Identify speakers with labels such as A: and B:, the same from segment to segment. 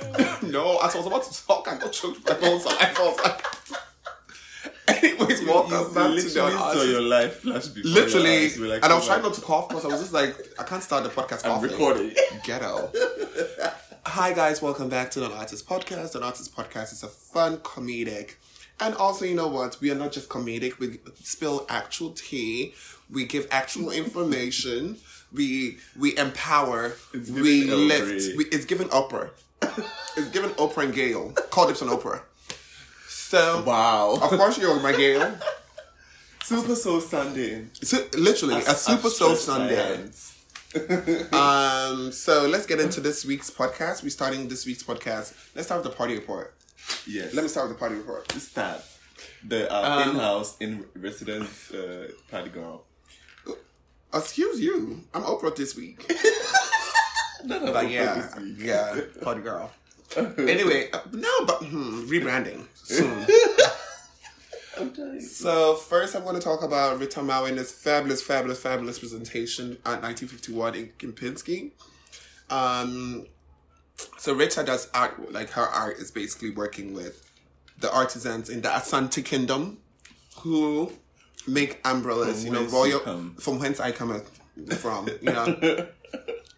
A: Literally, like, and I was trying not to cough because I was just like, I can't start the podcast.
B: "Oh I'm
A: coughing.
B: recording.
A: Ghetto. Hi guys, welcome back to the Artist Podcast. The Artist Podcast is a fun comedic, and also you know what? We are not just comedic. We spill actual tea. We give actual information. we we empower. We
B: giving
A: lift.
B: Oprah.
A: We, it's given Oprah. it's given Oprah and Gail. Call dips on Oprah. So
B: Wow.
A: of course you're my Gail.
B: Super Soul Sunday.
A: So, literally a super soul Sunday.
B: Sundance.
A: Um, so let's get into this week's podcast. We're starting this week's podcast. Let's start with the party report.
B: Yes.
A: Let me start with the party report.
B: start. The uh,
A: Um,
B: in-house, in-residence uh, party girl.
A: Excuse you. I'm Oprah this week.
B: None of
A: But yeah, yeah, party girl. Anyway, uh, no, but hmm, rebranding soon. So first, I want to talk about Rita Mao and this fabulous, fabulous, fabulous presentation at 1951 in Kempinski. Um, so Rita does art, like her art is basically working with the artisans in the Asante Kingdom, who make umbrellas.
B: From
A: you know,
B: whence you
A: royal
B: come.
A: from whence I come uh, from. You know,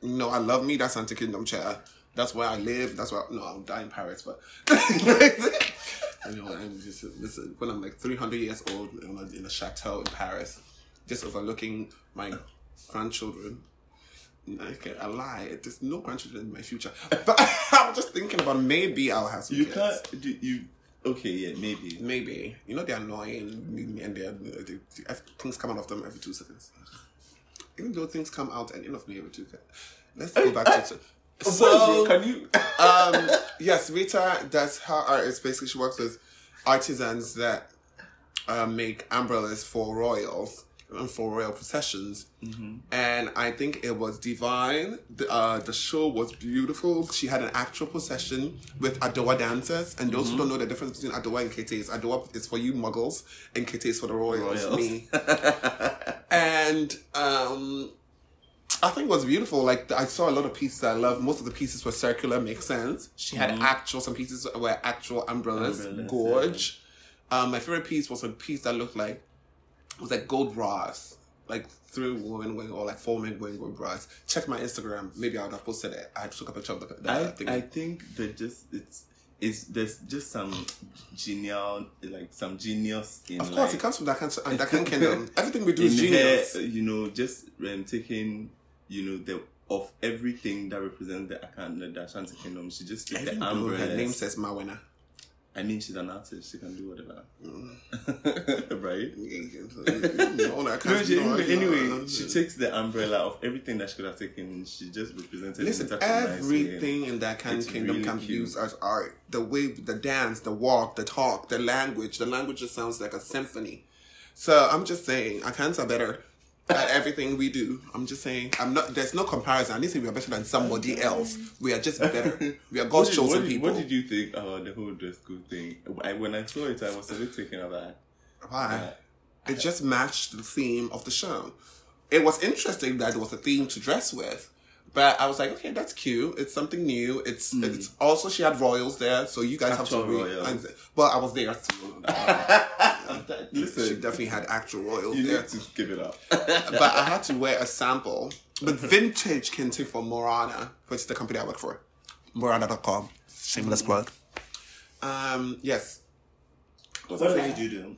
A: no, I love me that Asante Kingdom chair. That's where I live. That's where no, I'll die in Paris, but. I know, I'm just listen, when I'm like 300 years old in a, in a chateau in Paris, just overlooking my grandchildren. Okay, I lie. There's no grandchildren in my future. But I'm just thinking about maybe I'll have some
B: You
A: kids.
B: can't. Do, you okay? Yeah, maybe.
A: Maybe. You know, they're annoying and they're, they, they- things come out of them every two seconds. Even though things come out and in of me every two seconds. Let's go back to.
B: So can you?
A: um, yes, Rita. That's her art. Is basically she works with artisans that uh, make umbrellas for royals and for royal processions. And I think it was divine. The, uh, the show was beautiful. She had an actual procession with Adowa dancers. And those who don't know the difference between Adowa and Kete is Adowa is for you muggles and Kete is for the royals.
B: Royals.
A: Me. and um, I think it was beautiful. Like I saw a lot of pieces I love. Most of the pieces were circular, make sense. She had actual some pieces were actual umbrellas,
B: Mm-hmm. Umbrellas,
A: gorge. Um, my favorite piece was a piece that looked like it was like gold bras, like three women wearing or like four men wearing gold bras. Check my Instagram. Maybe I would have posted it. I took a picture of the, the
B: I,
A: thing.
B: I think that just it's it's there's just some genial like some genius in
A: of course,
B: like,
A: it comes from that kind and that kind kingdom. Everything we do
B: in
A: is genius.
B: her, you know, just um, taking, you know, the of everything that represents the Akan, the Ashanti kingdom. She just took
A: Even
B: the
A: though
B: umbrella.
A: her name says Mawena.
B: I mean, she's an artist. She can do whatever,
A: Mm.
B: right?
A: no, that
B: No,
A: can't-
B: she,
A: no, no,
B: anyway,
A: no,
B: anyway,
A: no, no.
B: she takes the umbrella of everything that she could have taken. She just represented. it in
A: Listen,
B: such a nice way.
A: everything in that kind
B: It's
A: of kingdom
B: really
A: can be
B: cute.
A: used as art. The way, the dance, the walk, the talk, the language. The language just sounds like a symphony. So I'm just saying, I can't say better at everything we do. I'm just saying, I'm not. There's no comparison. I need to be better than somebody else. We are just better. We are God's
B: What did,
A: chosen
B: what, did,
A: people.
B: what did you think about the whole dress code thing? I, when I saw it, I was a bit taken aback.
A: Why? It just matched the theme of the show. It was interesting that there was a theme to dress with, but I was like, okay, that's cute. It's something new. It's it's also she had royals there, so you guys
B: Mm. Actual
A: have to. Re-
B: royals.
A: and- well, I was there. so- she
B: Listen,
A: definitely had actual royals
B: you
A: there,
B: need to give it up.
A: but I had to wear a sample. But vintage Kente for Morana, which is the company I work for. Morada.com. Shameless plug. Um, yes. What was I saying?
B: you do?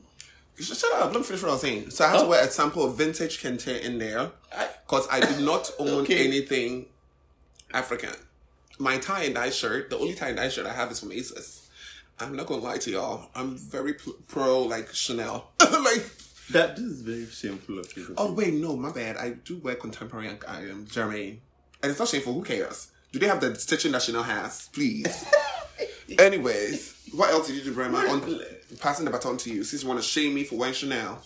A: Sh- Shut up, let me finish what I was saying. So I had to wear a sample of vintage kente in there because Oh. I did not own
B: Okay.
A: anything African. My tie and dye shirt, the only tie and dye shirt I have is from ASUS. I'm not gonna lie to y'all. I'm very pl- pro like Chanel. like,
B: That this is very shameful of you.
A: oh wait, no, my bad. I do wear contemporary and I am German, and it's not shameful. Who cares? Do they have the stitching that Chanel has? Please. Anyways, what else did you do, Brema? On passing the baton to you, since you want to shame me for wearing Chanel.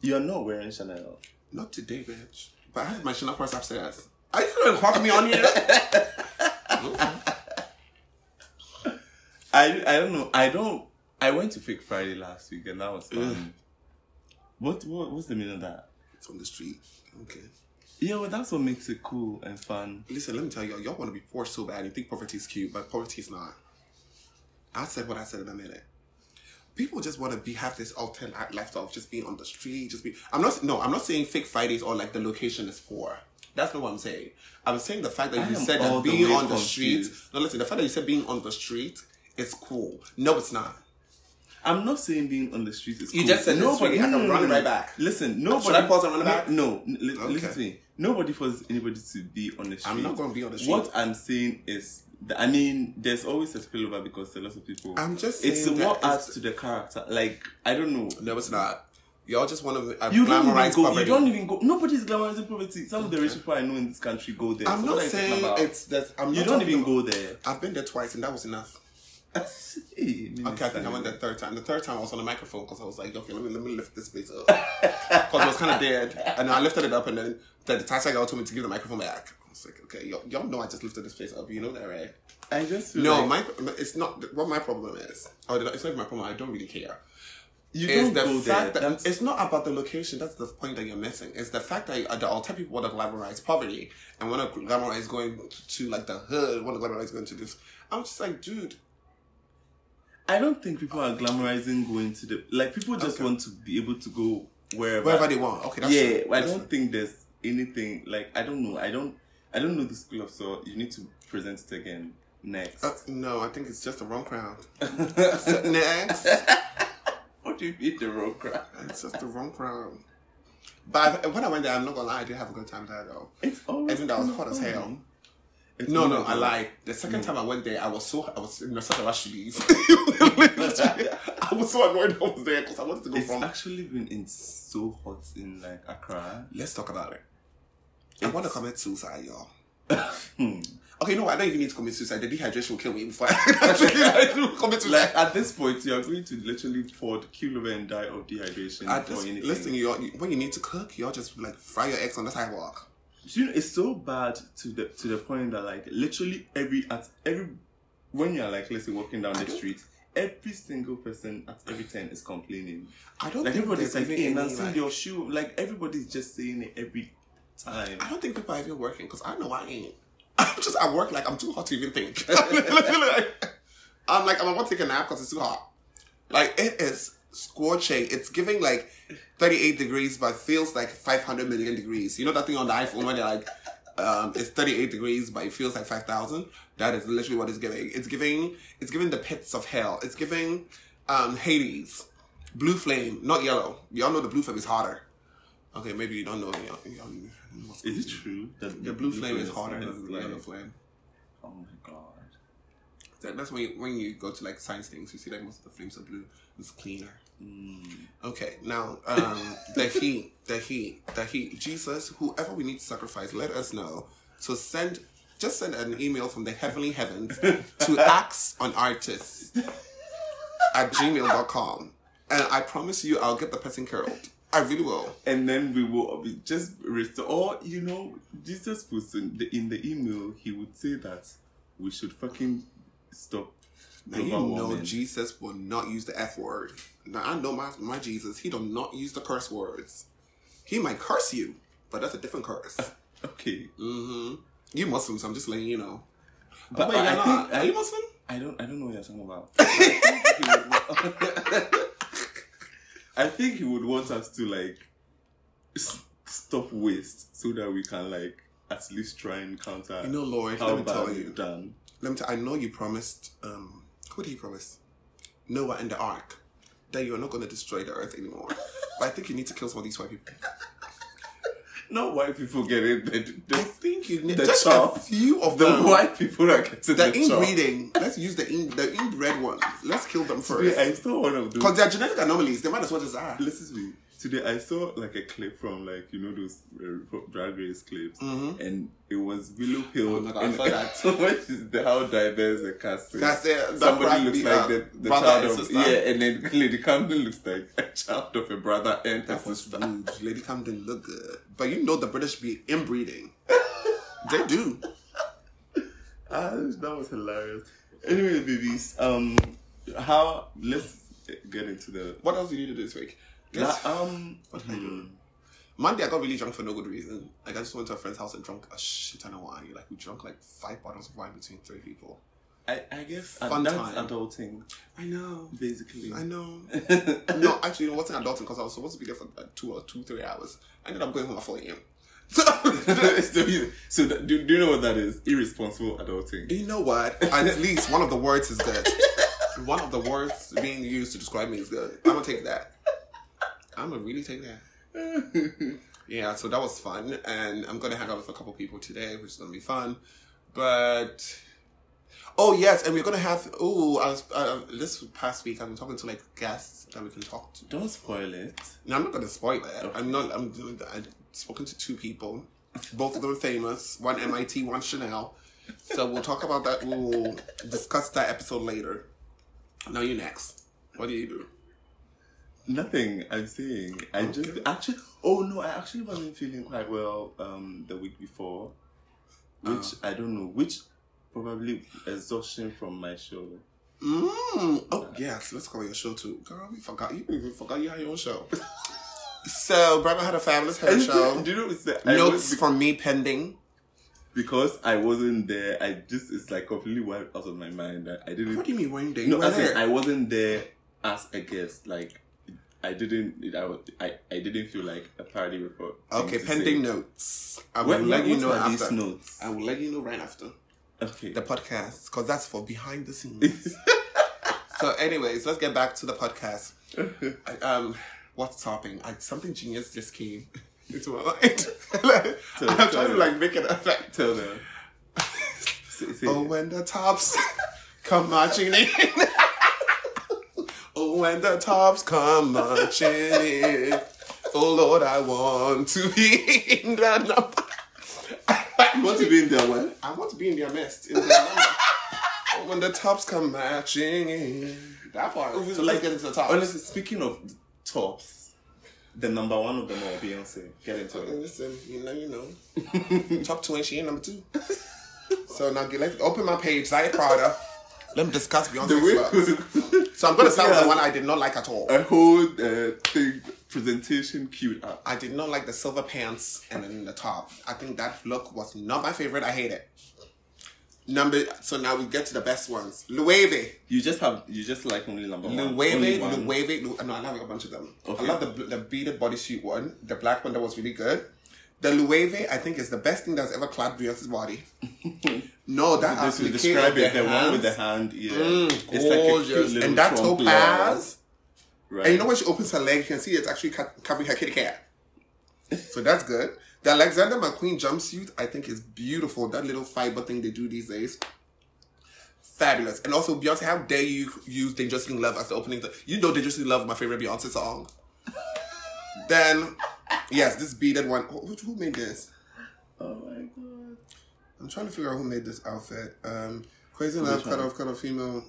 B: You're not wearing Chanel.
A: Not today, bitch. But I have my Chanel purse upstairs. Are you gonna fuck me on here?
B: I I don't know. I don't. I went to Fake Friday last week and that was fun. what, what what's the meaning of that?
A: it's on the street. Okay.
B: Yeah, well, that's what makes it cool and fun.
A: Listen, let me tell y'all, y'all want to be poor so bad. You think poverty is cute, but poverty is not. I said what I said in a minute. People just want to be have this alternate lifestyle of just being on the street, just be. I'm not no, I'm not saying fake Fridays or like the location is poor. That's not what I'm saying. I'm saying the fact that
B: I
A: you
B: am
A: said
B: all
A: that
B: the
A: being
B: way
A: on the street.
B: confused.
A: No, listen, the fact that you said being on the street is cool. No, it's not.
B: I'm not saying being on the street is.
A: You
B: cool.
A: just said it's sweet. I can run it right back.
B: Listen, nobody.
A: I pause and run it back?
B: No, n- li-
A: Okay.
B: listen to me. Nobody forces anybody to be on the street.
A: I'm not gonna be on the street.
B: What I'm saying is, th- I mean, there's always a spillover because a lot of people.
A: I'm just
B: It's
A: saying
B: what
A: that
B: adds to the character. Like I don't know.
A: No, it's not. Y'all just want to uh,
B: You don't
A: glamorize
B: even go.
A: poverty.
B: You don't even go. Nobody's glamorizing poverty. Some of the rich people I know in this country go there.
A: I'm
B: So
A: not
B: what are you talking
A: saying
B: about?
A: it's that. I'm
B: You
A: not
B: don't
A: talking
B: even
A: about-
B: go there.
A: I've been there twice, and that was enough.
B: Mm,
A: Okay, I think I went the third time. The third time I was on the microphone because I was like, okay, let me let me lift this bitch up because it was kind of dead, and I lifted it up, and then the, the taxi guy told me to give the microphone back. I was like, okay, y'all, y'all know I just lifted this place up. You know that, right?
B: I just feel
A: No,
B: like
A: my it's not what my problem is. Or it's not even my problem. I don't really care.
B: you
A: It's
B: don't
A: the
B: go there.
A: fact that
B: That's-
A: it's not about the location. That's the point that you're missing. It's the fact that uh, the alter people want to glamorize poverty and want to glamorize going to like the hood, want to glamorize going to this. I'm just like, dude,
B: I don't think people are glamorizing going to the like people just want to be able to go wherever.
A: wherever they want. Okay, that's
B: yeah,
A: true.
B: I
A: That's
B: don't
A: true.
B: think there's anything like I don't know. I don't. I don't know the school of thought. You need to present it again next.
A: Uh, no, I think it's just the wrong crowd. So, Next,
B: what do you mean the road crowd?
A: it's just the wrong crowd. But I- when I went there, I'm not gonna lie, I did have a good time there though.
B: It's always.
A: I think that was
B: kinda
A: hot as
B: fun.
A: hell.
B: It's Mm.
A: No, no,
B: always
A: I
B: fun.
A: lied. The second time I went there, I was so I was in such a rush to leave. I was so annoyed I was there because I wanted to go
B: It's
A: from.
B: actually been in so hot in like Accra.
A: Let's talk about it. I want to commit suicide, y'all.
B: Hmm.
A: Okay, no, I don't even need to commit suicide. The dehydration will kill me before I can actually like, commit suicide.
B: Like at this point, you are going to literally fall, kill over, and die of dehydration
A: I
B: or
A: just,
B: anything.
A: listen, y'all. you- When you need to cook, y'all just like fry your eggs on the sidewalk.
B: Do you know it's so bad to the to the point that like literally every at every when you're like let's say walking down the street, every single person at every turn is complaining.
A: I don't
B: Like
A: think
B: everybody's like,
A: there's
B: "Hey,
A: even any,
B: Nancy,
A: like-
B: your shoe." Like everybody's just saying it every time.
A: I don't think people are even working because I know I ain't. I'm just at work like I'm too hot to even think. Like, I'm like I'm about to take a nap because it's too hot. Like it is scorching. It's giving like 38 degrees, but feels like 500 million degrees. You know that thing on the iPhone when they're like, um, it's 38 degrees, but it feels like 5,000. That is literally what it's giving. It's giving. It's giving the pits of hell. It's giving um, Hades, blue flame, not yellow. Y'all know the blue flame is hotter. Okay, maybe you don't know. Y'all, y'all,
B: Is it true that
A: the blue flame is harder
B: is
A: than the yellow
B: like-
A: flame.
B: Oh my god.
A: That- That's when you, when you go to like science things, you see that most of the flames are blue. It's cleaner. Okay, now um, the heat, the heat, the heat. Jesus, whoever we need to sacrifice, let us know. So send, just send an email from the heavenly heavens to acts on artists at gmail.com. And I promise you, I'll get the person curled. I really will.
B: And then we will be just restore. Or you know, Jesus puts in the, in the email. He would say that we should fucking stop.
A: Now you
B: global
A: know
B: warming.
A: Jesus will not use the F word. Now I know my, my Jesus, he do not use the curse words. He might curse you, but that's a different curse.
B: Okay,
A: hmm You Muslims, I'm just letting you know.
B: but
A: Wait,
B: I,
A: you're
B: I
A: not.
B: think I,
A: are you Muslim?
B: I don't I don't know what you're talking about. I think he would want us to like s- stop waste so that we can like at least try and counter
A: You know, Lord,
B: how
A: let me
B: bad
A: tell
B: we've
A: you.
B: done.
A: Let me tell I know you promised, um, what did you promise? Noah and the ark. That you're not going to destroy the earth anymore. but I think you need to kill some of these white people.
B: Not white people get it. The,
A: I
B: the,
A: think you need
B: The
A: just a
B: chop.
A: few of
B: the
A: them.
B: white people are getting
A: The
B: the chop.
A: inbreeding. Let's use the in, the inbred ones. Let's kill them
B: Today,
A: first.
B: I saw one of those.
A: Because they're genetic anomalies. They might as well just ah, are.
B: Listen to me. Today I saw like a clip from like you know those uh, from drag race clips,
A: Mhm.
B: and it was Willow Pill.
A: Oh my God, I
B: and
A: saw that.
B: so much is the, how diverse the cast is.
A: That's it. That
B: Somebody
A: brand
B: looks
A: be,
B: like
A: uh,
B: the, the
A: brother
B: child
A: and
B: of
A: sister.
B: yeah, and then Lady Camden looks like a child of a brother and a
A: That was
B: sister.
A: rude. Lady Camden look good. But you know the British be inbreeding. they do.
B: Ah, that was hilarious. Anyway, babies, um, how let's get into the
A: What Hmm. else do you need to do this week?
B: la-
A: Yes.
B: um.
A: What did I do? uh, Monday I got really drunk for no good reason. Like I just went to a friend's house and drunk a shit ton of wine. Like we drunk like five bottles of wine between three people.
B: I, I guess
A: Fun
B: and that's
A: time.
B: adulting,
A: I know.
B: basically.
A: I know. no, actually, you know, what's an adulting? Because I was supposed to be there for like two or two, three hours. I ended up going home at 4 a.m. So,
B: It's the reason. so that, do, do you know what that is? Irresponsible adulting.
A: you know what? At least one of the words is good. One of the words being used to describe me is good. I'm going to take that. I'm going to really take that. Yeah, so that was fun. And I'm going to hang out with a couple people today, which is going to be fun. But. Oh yes, and we're gonna have. Oh, I was uh, this past week I've been talking to like guests that we can talk to.
B: Don't spoil it.
A: No, I'm not gonna spoil it. I'm not. I'm doing. I've spoken to two people, both of them famous. One MIT, one Chanel. So we'll talk about that. We'll discuss that episode later. Now you next. What do you do?
B: Nothing. I'm saying. I just actually. Oh no! I actually wasn't feeling quite well um the week before, which I don't know. Which probably exhaustion from my show.
A: Mm. Oh yes, let's call your show too, girl. We forgot you. Even forgot you had your own show. so Brahma had a fabulous hair
B: And
A: show.
B: Do you know it's the, I
A: Notes
B: was-
A: from me pending.
B: because I wasn't there. I just it's like completely wiped out of my mind. I, I didn't
A: What do you mean one day?
B: No,
A: Where?
B: as in, I wasn't there as a guest. Like, I didn't. it- I was. I, I didn't feel like a party report.
A: okay, pending notes. I will
B: When
A: let you know
B: are these
A: after.
B: notes.
A: I will let you know right after.
B: Okay.
A: the podcast because that's for behind the scenes. so, anyways, let's get back to the podcast. I, um, what's topping? I, something genius just came into my mind.
B: Tell-
A: I'm
B: tell
A: trying to
B: them.
A: like make it up. Like,
B: Tell them. Say- say
A: oh,
B: it.
A: when the tops come marching in. oh, when the tops come marching in. Oh Lord, I want to be in the number.
B: you want to be in there? What?
A: I want to be in their midst. In their number. when the tops come matching in. That part. So let's get into the top.
B: Honestly, speaking of tops, the number one of them all, Beyonce. Get into it.
A: Listen, you know, you know. top two and she ain't number two. So now get, let's open my page, Zaya Prada. Let me discuss Beyonce. first. So I'm going to start with the one I did not like at all.
B: A whole uh, thing presentation queued up.
A: I did not like the silver pants and then the top. I think that look was not my favorite. I hate it. Number so now we get to the best ones. Lueve.
B: You just have. You just like only number one. Only
A: Lueve,
B: one.
A: Lueve, Lu- no, I love a bunch of them.
B: Okay.
A: I love the, the beaded bodysuit one, the black one that was really good. The Lueve, I think, is the best thing that's ever clad Beyonce's body. no, that
B: This
A: actually
B: will describe it. The one with the
A: hands.
B: hand, yeah.
A: Mm,
B: it's like a cute
A: gorgeous.
B: little
A: and that
B: trompe la,
A: topaz.
B: Right.
A: And you know when she opens her leg, you can see it's actually co- covering her kitty cat. So that's good. The Alexander McQueen jumpsuit, I think, is beautiful. That little fiber thing they do these days. Fabulous. And also, Beyonce, how dare you use Dangerously in Love as the opening? Th- you know Dangerously in Love, my favorite Beyonce song. then, yes, this beaded one. Who, who made this?
B: Oh my god.
A: I'm trying to figure out who made this outfit. Um, Crazy in Love, cut
B: one?
A: off, cut off female.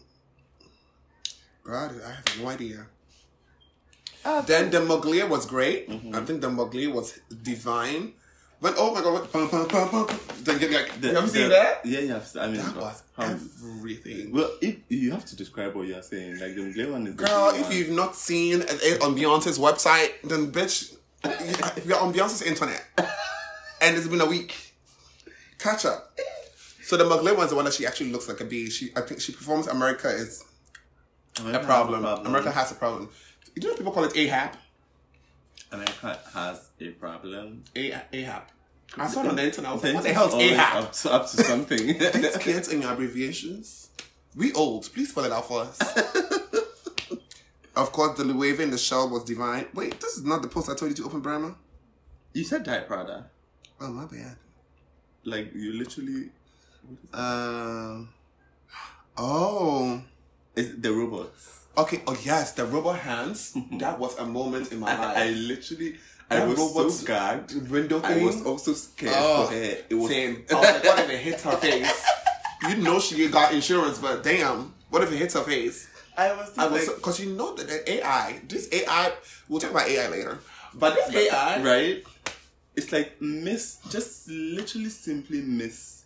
A: God, I have no idea. Then the Muglia was great. I think the Muglia was divine. But oh my god, bum, bum, bum, bum. Then you like, you ever seen that?
B: Yeah, yeah. I've seen- I mean,
A: That
B: God,
A: was
B: how-
A: everything.
B: well, if you have to describe what you're saying, like the Mugler one is the
A: Girl,
B: blue
A: if
B: one.
A: you've not seen it on Beyonce's website, then bitch, you- you're on Beyonce's internet. And it's been a week. Catch up. So the Mugler one's the one that she actually looks like a bee. She, I think she performs America is
B: America
A: a
B: has
A: problem. America has a problem. You know people call it AHAP?
B: America has a problem.
A: A- AHAP. I saw it on the internet. I was like, what the
B: It's
A: hell's
B: always
A: Ahab?
B: Up to, up to something.
A: These kids and your abbreviations. We old. Please spell it out for us. of course, the wave in the shell was divine. Wait, this is not the post I told you to open, Brahma.
B: you said Diet Prada.
A: Oh my bad.
B: Like you literally
A: Um. Oh.
B: it's the robots.
A: Okay. Oh yes, the rubber hands. that was a moment in my
B: I, I
A: life.
B: literally I
A: That
B: Mm-hmm. was
A: robots-
B: so gagged.
A: The window
B: I
A: thing.
B: was also scared
A: Oh,
B: for her. It was
A: Same. I was like, what if it hits her face? You know she got insurance, but damn, what if it hits her face?
B: I was,
A: I
B: like,
A: was because you know that the AI, this AI, we'll talk about AI later, but this AI,
B: right? It's like miss, just literally simply miss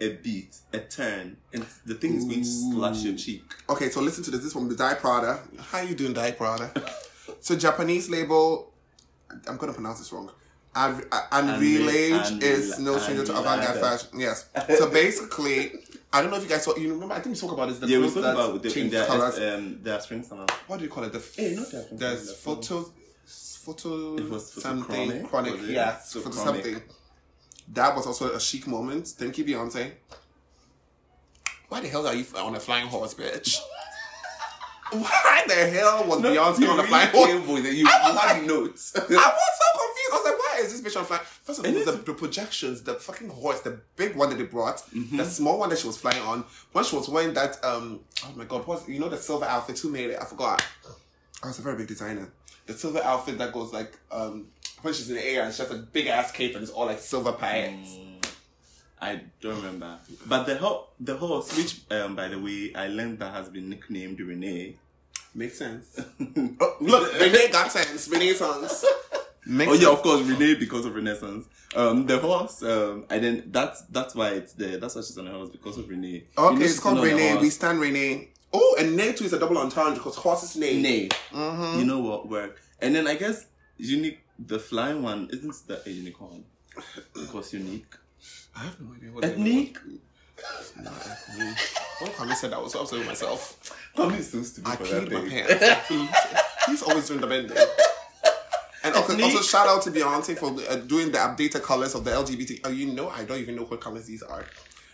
B: a beat, a turn, and the thing is going to slash your cheek.
A: Okay, so listen to this. This is from the Dai Prada. How you doing, Dai Prada? so Japanese label, I'm gonna pronounce this wrong. Av- a- Unrelage
B: Unrel-
A: is no stranger to
B: Unrel-
A: avant-garde fashion. Yes. So basically, I don't know if you guys saw. You remember? I think we spoke about this. The
B: Yeah, we
A: clothes
B: spoke
A: that
B: about the, in
A: changed
B: their,
A: colours.
B: um, their spring summer.
A: what do you call it? The f-
B: Eh, not that um, one.
A: there's
B: That
A: photo, photo
B: It was
A: something
B: photochromic,
A: chronic.
B: was it?
A: Yeah, photo
B: Photochromic.
A: something. That was also a chic moment. Thank you, Beyonce. Why the hell are you on a flying horse, bitch? Why the hell was Beyonce on a flying horse?
B: with it. You
A: I was
B: you had notes.
A: I was so confused. I was like, why is this bitch on flying? First of all,
B: And
A: it was the, the projections, the fucking horse, the big one that they brought, the small one that she was flying on. When she was wearing that, um, oh my god, what's you know the silver outfit? Who made it? I forgot. I was a very big designer. The silver outfit that goes like, um, when she's in the air and she has a big ass cape and it's all like silver
B: Mm.
A: paillettes.
B: I don't remember. But the ho- the horse, which um, by the way, I learned that has been nicknamed Renee.
A: Makes sense. oh, look, Renee got sense. Renee sense. Makes
B: Oh yeah, of course, Renee because of Renaissance. Um, the horse. Um, and then that's that's why it's there. That's why she's on the horse because of Renee.
A: Okay,
B: You know
A: it's
B: she's
A: called
B: not on the
A: Renee.
B: horse.
A: We stand Renee. Oh, and Nay too is a double entendre because horses Nay.
B: Renee.
A: Mm-hmm.
B: You know what work? And then I guess unique. The flying one isn't that a unicorn? Because unique.
A: I have no idea what
B: Ethnic.
A: One comment said that was absolutely myself.
B: Probably so stupid
A: I
B: for
A: peed
B: that
A: my
B: thing.
A: pants. I peed. He's always doing the bending. And also,
B: Ethnic.
A: also shout out to Beyonce for uh, doing the updated colors of the LGBT. Oh, you know, I don't even know what colors these are.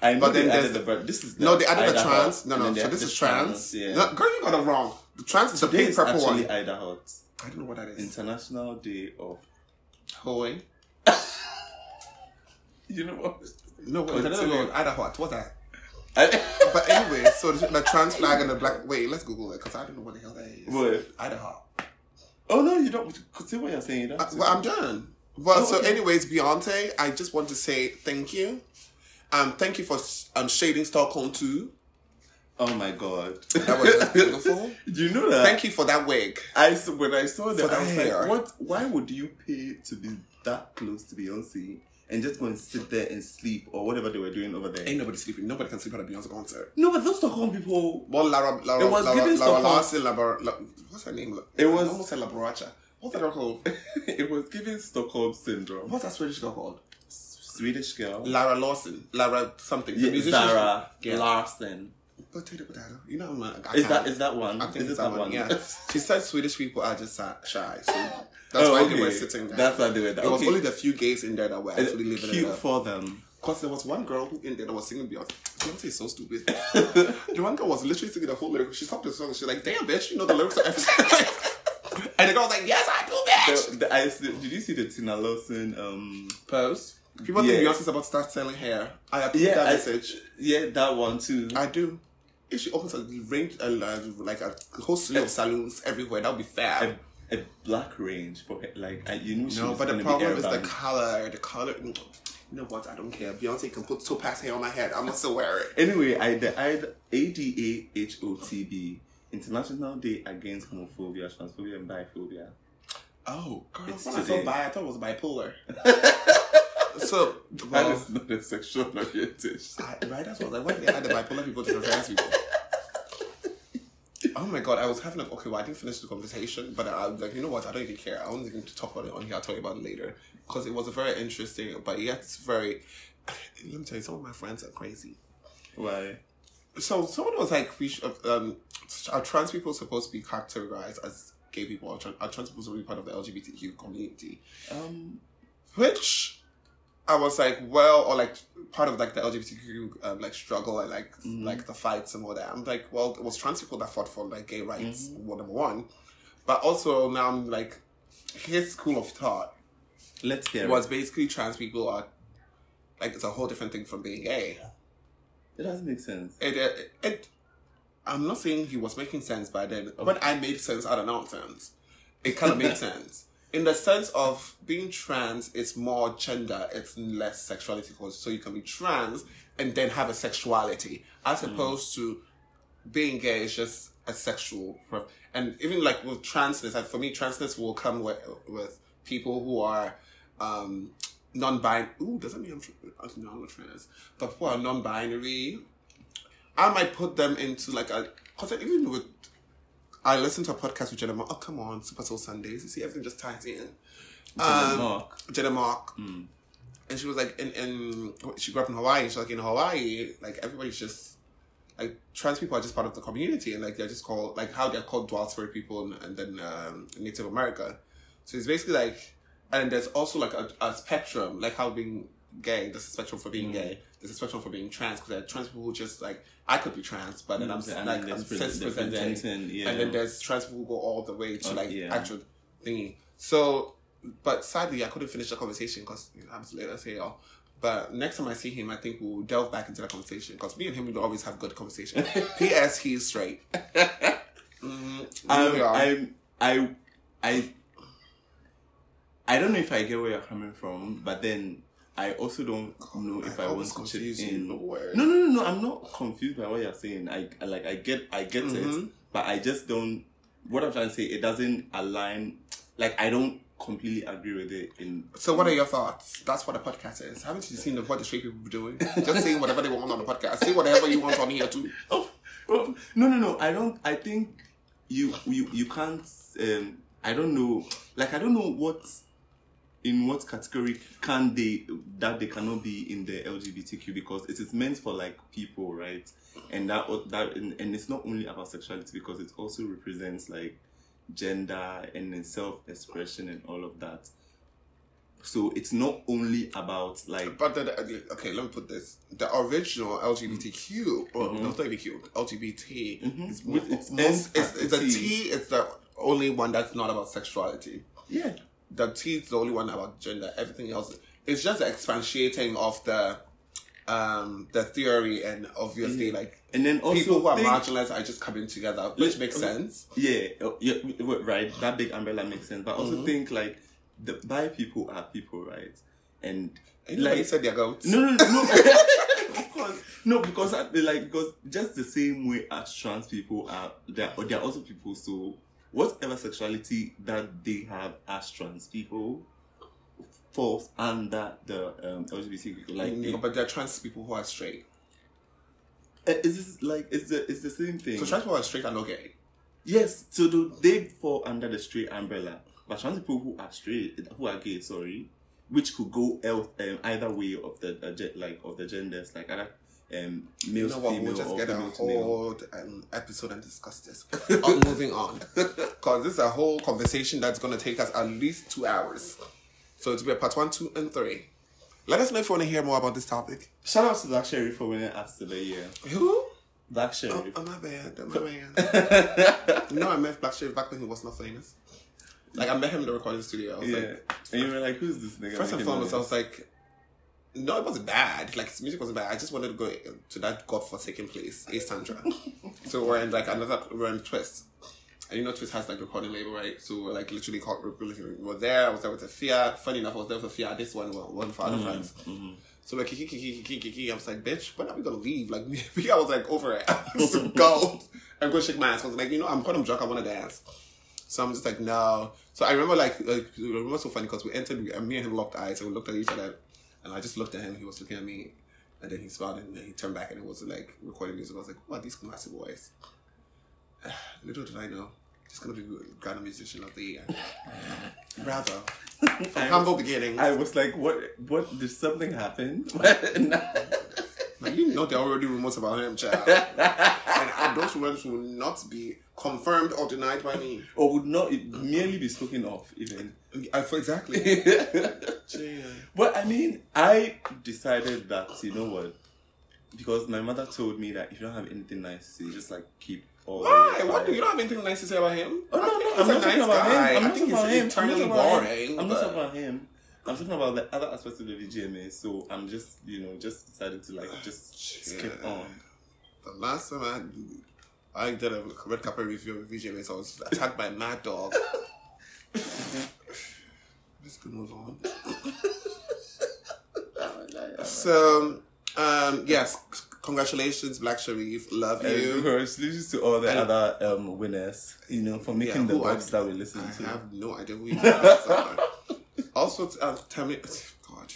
B: I know
A: But
B: but
A: then
B: then
A: there's
B: added
A: the-
B: the, but this is
A: No, they added the
B: Ida
A: trans.
B: Hot,
A: No, no,
B: and then
A: so
B: they
A: this
B: added
A: is trans.
B: Yeah,
A: No, girl, you got it wrong. The trans is the
B: Today
A: big
B: is
A: purple
B: actually
A: one.
B: Ida Hot,
A: I don't know what that is.
B: International Day of.
A: Hoy.
B: You know what?
A: No, wait,
B: Continue.
A: another one. Idaho. What's that?
B: I,
A: But anyway, so the, the trans flag and the black. Wait, let's Google it because I don't know what the hell that is.
B: What?
A: Idaho.
B: oh no, you don't. See what you're saying. You don't have to-
A: Uh, Well, I'm done. Well,
B: Oh,
A: so
B: okay.
A: anyways, Beyonce, I just want to say thank you. Um, thank you for um shading Stockholm too.
B: oh my god,
A: That was just beautiful.
B: you know that.
A: Thank you for that wig.
B: I s- when I saw
A: For
B: that, I
A: the
B: was
A: hair.
B: like, what? Why would you pay to be that close to Beyonce and just go and sit there and sleep or whatever they were doing over there?
A: Ain't nobody sleeping. Nobody can sleep at a Beyonce concert.
B: no, but those Stockholm people.
A: Well, Lara, Lara,
B: It was
A: Lara,
B: giving
A: Lara
B: Stockholm.
A: Larson, Lara, La- what's her name?
B: It was-
A: I almost said Labaracha. What's that girl called?
B: it was giving Stockholm syndrome.
A: What's that Swedish girl called?
B: Swedish girl.
A: Lara Lawson, Lara something. The
B: Yeah,
A: musician-
B: Zara
A: Yeah.
B: Larson.
A: Potato, potato. You know, I'm a, I
B: Is
A: can't-
B: that is that one?
A: I think
B: is
A: it's
B: it
A: that one. Yeah, she said Swedish people are just si- shy, so that's
B: Oh,
A: why they
B: okay.
A: were sitting there.
B: That's why they were there.
A: It was
B: Okay.
A: only the few gays in there that were
B: It's
A: actually living
B: cute
A: it up.
B: for them.
A: Because there was one girl who in there that was singing Beyonce. Beyonce is so stupid. the one girl was literally singing the whole lyrics. She stopped the song and she's like, damn, bitch, you know the lyrics of everything. and the girl was like, yes, I do, bitch.
B: The, the, I, s- did you see the Tina Lawson? Um,
A: Post. People
B: Yeah.
A: think Beyonce's about to start selling hair. I approve that
B: I-
A: message.
B: Yeah, that one too.
A: I do. If she opens a range, a, a, like a whole slew of saloons everywhere, that would be fab.
B: a, a black range for her. like I, you knew she
A: No,
B: was
A: but the
B: gonna be
A: problem is the
B: urban.
A: color. The color. You know what? I don't care. Beyonce can put topaz hair on my head. I'm gonna still wear it.
B: Anyway, I the I A D A H O T B International Day Against Homophobia, Transphobia, and Biphobia.
A: Oh, girl.
B: It's
A: when I
B: today.
A: saw bi, I thought it was bipolar. so,
B: that
A: well,
B: is not a sexual orientation.
A: I, right? That's what I was like. Why did they add the bipolar people to the trans people? Oh my god, I was having a okay. Well, I didn't finish the conversation, but I was like, you know what? I don't even care. I wasn't even to talk about it on here. I'll tell you about it later because it was very interesting. But yet, it's very. Let me tell you, some of my friends are crazy.
B: Why?
A: so someone was like, we should, um, are trans people supposed to be categorized as gay people? Are, tran- are trans people supposed to be part of the LGBTQ community?
B: Um,
A: Which I was like, well, or like part of like the LGBTQ um, like struggle and like like the fights and all that. I'm like, well, it was trans people that fought for like gay rights, well, number one, but also now I'm like, his school of thought
B: Let's hear
A: was basically trans people are like it's a whole different thing from being gay.
B: it. It doesn't make sense.
A: It, it, it uh, I'm not saying he was making sense by then, but I made sense out of nonsense. It kind of made sense. In the sense of being trans, it's more gender, it's less sexuality. 'cause- So you can be trans and then have a sexuality, as opposed to being gay is just a sexual. pro- And even like with transness, like for me, transness will come with, with people who are um, non binary. Ooh, doesn't mean I'm, tr- uh, no, I'm not trans. But who are non binary, I might put them into like a because even with I listen to a podcast with Jenna Mark. Oh come on, Super Soul Sundays. You see, everything just ties in.
B: It's a
A: Um,
B: mark.
A: Jenna Mark,
B: Mm.
A: and she was like, in, in she grew up in Hawaii. She's like, in Hawaii, like everybody's just like trans people are just part of the community, and like they're just called like how they're called Dwarf Story people, and, and then um, Native America. So it's basically like, and there's also like a, a spectrum, like how being gay, there's a spectrum for
B: Mm.
A: being gay, there's a spectrum for being trans, because there are trans people who just like I could be trans, but then I'm
B: And
A: like
B: then
A: I'm
B: there's
A: cis
B: pre- the
A: presenting,
B: presenting, yeah.
A: and then there's trans people who go all the way to
B: Oh,
A: like
B: yeah.
A: actual thingy. So, but sadly, I couldn't finish the conversation because you know, I was late as hell. But next time I see him, I think we'll delve back into the conversation because me and him will always have good conversation. P.S. He's straight. Mhm. Here we
B: I'm,
A: are.
B: I'm, Um, I, I, I don't know if I get where you're coming from, but then I also don't know if I, want
A: always
B: to chip
A: confuse you,
B: in.
A: no worries.
B: no, no, no, no. I'm not confused by what you're saying. I, I like, I get, I get it,
A: Mhm.
B: but I just don't. What I'm trying to say, it doesn't align. Like, I don't completely agree with it. In
A: So, what are your thoughts? That's what the podcast is. Haven't you seen the, what the straight people be doing? Just saying whatever they want on the podcast. Say whatever you want on here too.
B: oh, oh, no, no, no. I don't. I think you, you, you can't. Um, I don't know. Like, I don't know what in what category can they that they cannot be in the LGBTQ because it is meant for like people, right? And that that and, and it's not only about sexuality because it also represents like gender and self expression and all of that. So it's not only about like
A: But then, uh, okay, let me put this: the original LGBTQ, or no, it's not LGBTQ, LGBT. Is mo-
B: Mm-hmm. With its
A: most, it's, it's, the
B: empathy.
A: T. It's the only one that's not about sexuality.
B: yeah.
A: The T is the only one about gender. Everything else, it's just the expatiating of the, um, the theory, and obviously, like
B: And then Mm-hmm. also
A: people who are
B: think- um,
A: marginalized are just coming together, which
B: Let-
A: makes sense.
B: Yeah, uh, yeah, w- w- right. That big umbrella makes sense. But
A: Mm-hmm.
B: also think like the bi people are people, right? And
A: Like you said, they're goats.
B: no, no, no. no. of course, no, because I, like because just the same way as trans people are, they're they're also people. So whatever sexuality that they have as trans people falls under the um, LGBTQ. Like
A: Mm,
B: it-
A: but they're trans people who are straight.
B: uh, it's just like it's the it's the same thing.
A: So trans people who are straight are not gay.
B: Yes, so do they fall under the straight umbrella? But trans people who are straight, who are gay, sorry, which could go el- um, either way of the uh, ge- like of the genders, like either um, male
A: You know
B: to
A: what?
B: female
A: We'll just
B: or
A: get a
B: female to male.
A: whole um, episode and discuss this. Uh, moving on, because this is a whole conversation that's going to take us at least two hours. So it'll be a part one, two, and three. Let us know if you want to hear more about this topic.
B: Shout out to Black Sherry for winning after the year.
A: Who?
B: Black Sherry.
A: Oh my bad, my bad. you know, I met Black Shave back when he was not famous. Like I met him in the recording studio. I was
B: yeah.
A: like,
B: and you were like, who's this nigga?
A: oh, First and
B: making
A: foremost, I
B: noise?
A: was like, no, it wasn't bad. Like his music wasn't bad. I just wanted to go to that godforsaken place, East Tundra. so we're in like another we're in Twist, and you know Twist has like recording label, right? So we're like literally called. We're, literally- we're there. I was there with Sophia. Funny enough, I was there with Sophia. This one, well, one for other friends. So like kiki kiki kiki kiki. I was like, bitch, when are we gonna leave? Like me, I was like over it. I was to go and go shake my ass. I was like, you know, I'm when I'm drunk, I want to dance. So I'm just like, no. So I remember like, like it was so funny because we entered, we- and me and him locked eyes, and we looked at each other, and I just looked at him. He was looking at me, and then he smiled, and then he turned back, and it was like recording music. I was like, what are these classy boys? Little did I know, just gonna be Ghana musician of the year. Bravo. From humble beginnings.
B: I was like, what? What? Did something happen?
A: Like, you know, there are already rumors about him, child. and those rumors will not be confirmed or denied by me.
B: or would not it merely be spoken of even?
A: I, for exactly.
B: But I mean, I decided that you know what, because my mother told me that if you don't have anything nice to say, just like keep all. the
A: Why?
B: way
A: What do
B: quiet.
A: you don't have anything nice to say about him?
B: Oh no,
A: I think he's a
B: no, I'm not talking
A: nice
B: about
A: guy.
B: him. I'm
A: I
B: not
A: think he's
B: talking about him. I'm not
A: eternally
B: talking about
A: boring.
B: him. I'm not
A: but-
B: talking about him. I'm talking about the other aspects of the VGMA. So I'm just, you know, just decided to like just
A: Yeah.
B: skip on.
A: The last time I, I did a red carpet review with VJ so I was attacked by a mad dog. Let's go move on. So, um, yes, c- congratulations, Black Sharif. Love
B: And
A: you.
B: Congratulations to all the
A: And-
B: other um, winners, you know, for making the
A: who are-
B: vibes that we
A: I
B: listen to.
A: have no idea who you are. also, t- uh, tell me, God,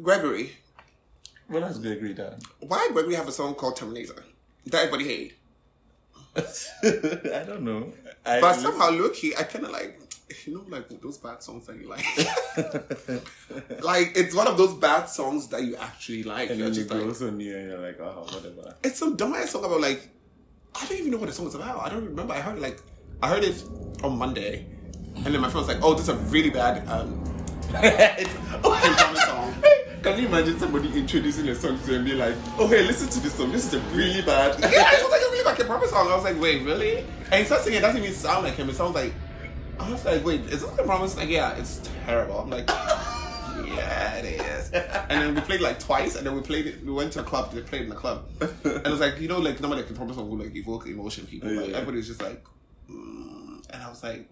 A: Gregory.
B: What has Gregory done?
A: Why Gregory have a song called Terminator that everybody hate?
B: I don't know. I
A: But somehow, Loki, I kind of like, you know, like those bad songs that you like. like, it's one of those bad songs that you actually like.
B: and
A: You're
B: then it
A: just like,
B: goes on you and you're like, oh, whatever.
A: it's some dumbass song about, like, I don't even know what the song is about. I don't remember. I heard, like, I heard it on Monday. And then my friend was like, oh, this is a really bad um, Kim Thomas song.
B: Can you imagine somebody introducing a song to you and be like, oh, hey, listen to this song. This is a really bad.
A: Yeah, it was like a really bad Kim Thomas song. I was like, wait, really? And he starts singing, it doesn't even sound like him. It sounds like, I was like, wait, is this Kim Thomas? Like, yeah, it's terrible. I'm like, yeah, it is. And then we played like twice, and then we played it. We went to a club. They played in the club, and it was like you know, like normally like the promise song would like evoke emotion. People, like,
B: Yeah.
A: everybody was just like, mm. and I was like,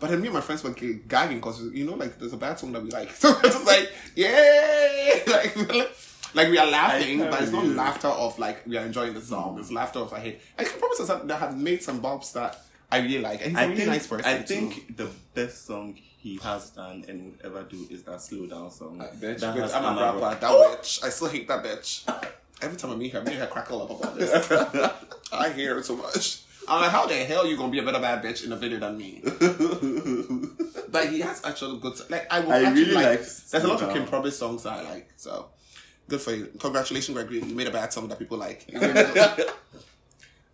A: but then me and my friends were g- gagging because you know, like there's a bad song that we like, so we're just like, yay, like. Like we are laughing,
B: I
A: but it's not
B: can't believe it.
A: laughter of like we are enjoying the song. It's laughter of I hate. I can promise us that that have made some bops that I really like. And he's a
B: I
A: really
B: think,
A: nice person.
B: I
A: too.
B: think the best song he has done and would ever do is that slow down song.
A: bitch.
B: that
A: bitch
B: has
A: I'm a
B: Anna
A: rapper.
B: Rock.
A: That bitch. I still hate that bitch. Every time I meet her, I meet her crackle up about this. I hear her so much. I'm like, how the hell you gonna be a better bad bitch in a video than me? but he has actual good. Like I, will
B: I
A: actually
B: really
A: like.
B: like
A: There's a lot of
B: Slow
A: Kim
B: Down.
A: Promise songs that I like. So good for you. Congratulations, Gregory. You made a bad song that people like. You really did.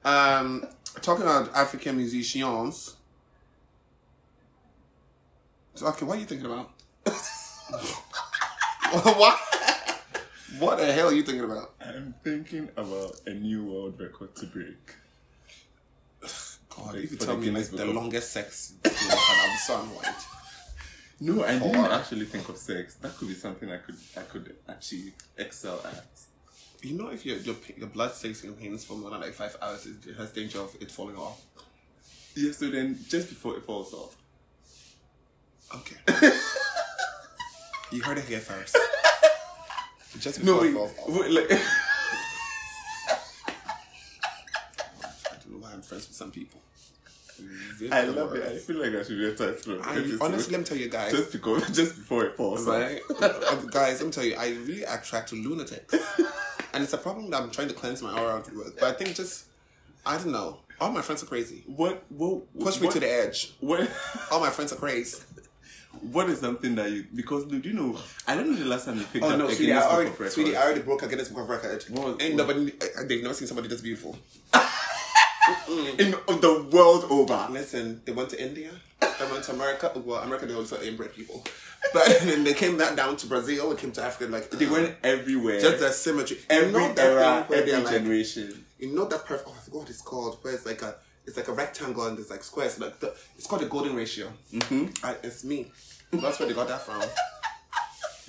A: um, talking about African musicians. So, okay, what are you thinking about? what? What the hell are you thinking about?
B: I'm thinking about a new world record to break.
A: God,
B: Like,
A: if you
B: for
A: tell
B: the
A: me
B: Guinness
A: the
B: Book of-
A: longest sex between us, and I'm so annoyed.
B: No, I didn't
A: Or-
B: actually think of sex. That could be something I could I could actually excel at.
A: You know, if your your, pa- your blood stays in pains for more than like five hours, it it has danger of it falling off.
B: Yeah, so then just before it falls off.
A: Okay. you heard it here first. Just before
B: No, wait.
A: it falls off.
B: wait like,
A: I don't know why I'm friends with some people.
B: I love it. I feel like I should be a title.
A: I- honestly, let me tell you guys.
B: just because just before it falls
A: right?
B: off.
A: Uh, guys, let me tell you, I really attract lunatics. and it's a problem that I'm trying to cleanse my aura with. But I think just, I don't know. All my friends are crazy.
B: What what
A: Push
B: what,
A: me to the edge.
B: what
A: All my friends are crazy.
B: what is something that you because do you know I don't know the last time you picked
A: Oh
B: up
A: no,
B: a
A: sweetie!
B: Guinness
A: I
B: Book
A: already,
B: of Records.
A: sweetie, I already broke a Guinness Book of Record.
B: What-
A: Ain't
B: what-
A: nobody, I, I- they've never seen somebody this beautiful.
B: in of the world over.
A: Listen, they went to India, they went to America. Well, America they also inbred people, but then they came that down to Brazil. They came to Africa. Like uh,
B: They went everywhere.
A: just that symmetry.
B: every
A: you know that
B: era,
A: thing where
B: every
A: they're like,
B: generation.
A: you know that perfect. Oh, I forgot what it's called. Where it's like a, it's like a rectangle and there's like squares. Like the, it's called the golden ratio. Mm-hmm. I, it's me. That's where they got that from.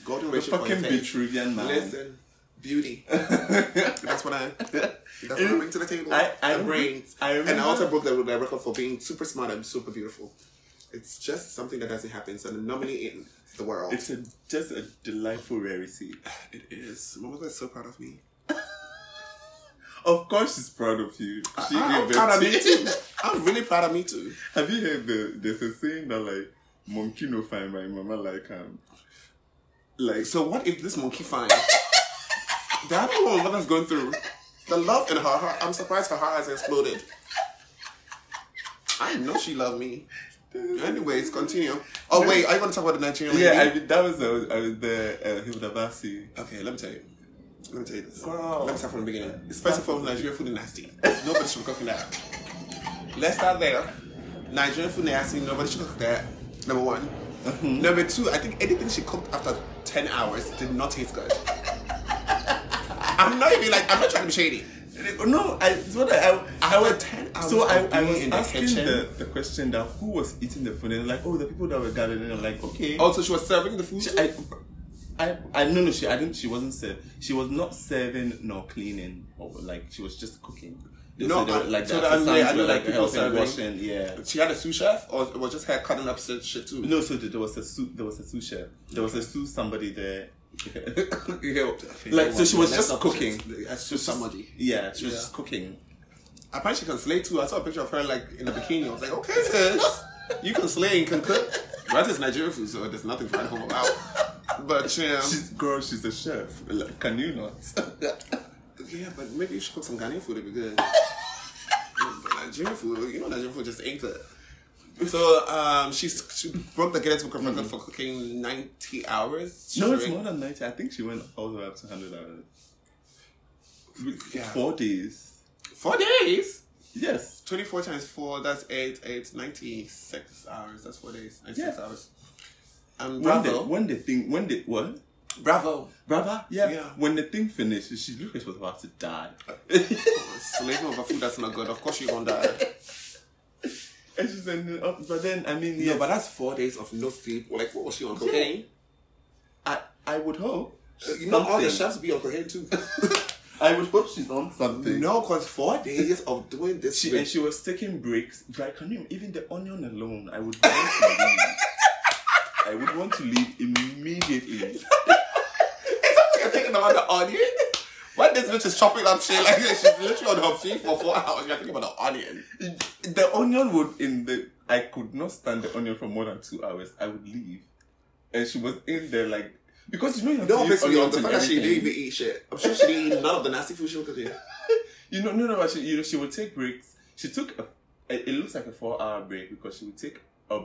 A: Golden ratio. for your
B: Fucking
A: face.
B: Vitruvian man.
A: Listen, beauty. that's what I. That's what I bring to the table.
B: I- I
A: the
B: remember-
A: brains.
B: I
A: and I also
B: remember-
A: broke the, the record for being super smart and super beautiful. It's just something that doesn't happen. It's an anomaly in the world.
B: It's a, just a delightful rarity.
A: it is. Mama was so proud of me.
B: Of course, she's proud of you. She
A: I'm
B: gave
A: proud of
B: birth
A: me
B: to you.
A: too. I'm really proud of me too.
B: Have you heard the there's a saying that like monkey no find my mama like um like
A: So what if this monkey finds that woman what that's going through? The love in her heart. I'm surprised her heart has exploded. I know she loved me. Anyways, continue. Oh wait, are you going to talk about the Nigerian lady?
B: yeah I Oh, mean, that was uh, I was the uh, Hilda Basi.
A: Okay, let me tell you. Let me tell you this.
B: Wow.
A: Let me start from the beginning. First of all, Nigerian food is nasty. Nobody should cook that. Let's start there. Nigerian food nasty. Nobody should cook that. Number one.
B: Mm-hmm.
A: Number two, I think anything she cooked after 10 hours did not taste good. I'm not even like, I'm not trying to be shady.
B: No, I, it's what I, I, I
A: After
B: was
A: 10
B: So
A: hours
B: I,
A: of
B: I
A: being
B: was
A: in the
B: asking
A: kitchen.
B: the, the question that who was eating the food and like oh the people that were gathered and I'm like okay
A: Also, she was serving the food.
B: Oh, She- I, I, I no no she I didn't she wasn't serv she was not serving nor cleaning or like she was just cooking. They
A: No,
B: said they were,
A: I-
B: like
A: so
B: the
A: that I mean,
B: assistants
A: I mean,
B: were,
A: like, people
B: helping
A: serving.
B: washing, yeah.
A: she had a sous chef, or it was just her cutting up shit shit too.
B: No, so there was a sous there was a sous chef. There was a sous somebody there.
A: You hear what-
B: Like, so she was
A: Let's
B: just
A: not-
B: cooking.
A: That's just somebody.
B: Yeah, she was
A: Yeah.
B: just cooking.
A: Apparently, she can slay too. I saw a picture of her like in a bikini. I was like, okay, sis, you can slay and can cook. That is Nigerian food, so there's nothing to write home about. But um, yeah,
B: She's girl, she's a chef. Like, can you not?
A: yeah, but maybe you should cook some Ghanaian food. It'd be good. But Nigerian food, you know, Nigerian food just ain't good. So um, she's, she broke the Guinness Book of Record for cooking 90 hours.
B: no, it's
A: straight.
B: more than ninety. I think she went all the way up to hundred hours.
A: Yeah.
B: Four days.
A: Four days?
B: Yes.
A: 24 times 4, that's 8, 8, 96 hours. That's 4 days, 96
B: Yeah.
A: hours. Um,
B: When
A: bravo.
B: the, when the thing when the what?
A: bravo.
B: Brava? Yeah.
A: Yeah. Uh,
B: When the thing finished, she Lucas was about to die.
A: Slaving over food that's not good. Of course you're gonna die.
B: And she said, "No," oh, but then I mean, yeah,
A: No, but that's four days of no sleep. Like, what was she on cocaine?
B: I I would hope.
A: You know, all the
B: something.
A: chefs be on cocaine too.
B: I would hope she's on something.
A: no, because four days of doing this
B: She, and
A: shit.
B: she was taking breaks. Like, can you even the onion alone? I would want to leave. I would want to leave immediately.
A: You're thinking about the onion? What this bitch is chopping up shit like this? She's literally on her feet for four hours. You're thinking about the onion.
B: The onion would in the. I could not stand the onion for more than two hours. I would leave. And she was in there like because you know you have
A: Don't
B: to use
A: piss me off.
B: onions
A: The
B: in
A: fact that she
B: everything.
A: didn't even eat shit. I'm sure she didn't eat none of the nasty food she was cooking.
B: You know, no, no, but she, you know, she would take breaks. She took a, it, it looks like a four hour break because she would take a,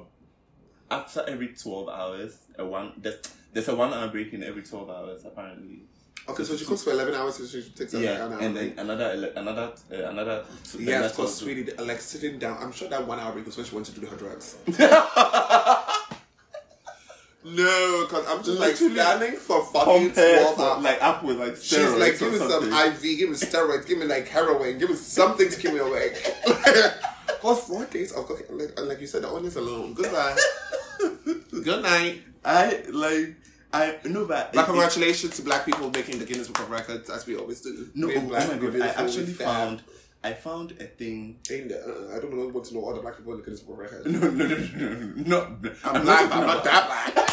B: after every 12 hours, a one, there's, there's a one hour break in every 12 hours, apparently.
A: Okay, so she cooks for 11 hours, so she takes like
B: yeah,
A: an hour.
B: and then another, ele- another, uh, another, so then
A: Yeah,
B: that's
A: of course,
B: also-
A: sweetie. Like sitting down, I'm sure that one hour break was when she wanted to do her drugs. no, because I'm just like
B: Literally
A: standing for fucking
B: Compared
A: twelve
B: for,
A: hours.
B: like up with like steroids
A: She's like,
B: or
A: give me
B: something.
A: some IV, give me steroids, give me like heroin, give me something to keep me awake. For four days of cooking, like, and like you said, the audience alone. Goodbye. Good night.
B: I like I no but
A: But
B: it- it-
A: congratulations to black people making the Guinness Book of Records, as we always do.
B: no
A: We
B: oh, oh
A: black
B: my god
A: people
B: I
A: is always
B: actually
A: there.
B: found I found a thing
A: Ain't there, uh-uh. I don't know what to know all the black people in the Guinness Book of Records.
B: no no no no no, no no
A: I'm,
B: I'm
A: black, but
B: not
A: I'm
B: talking
A: not
B: about
A: that black.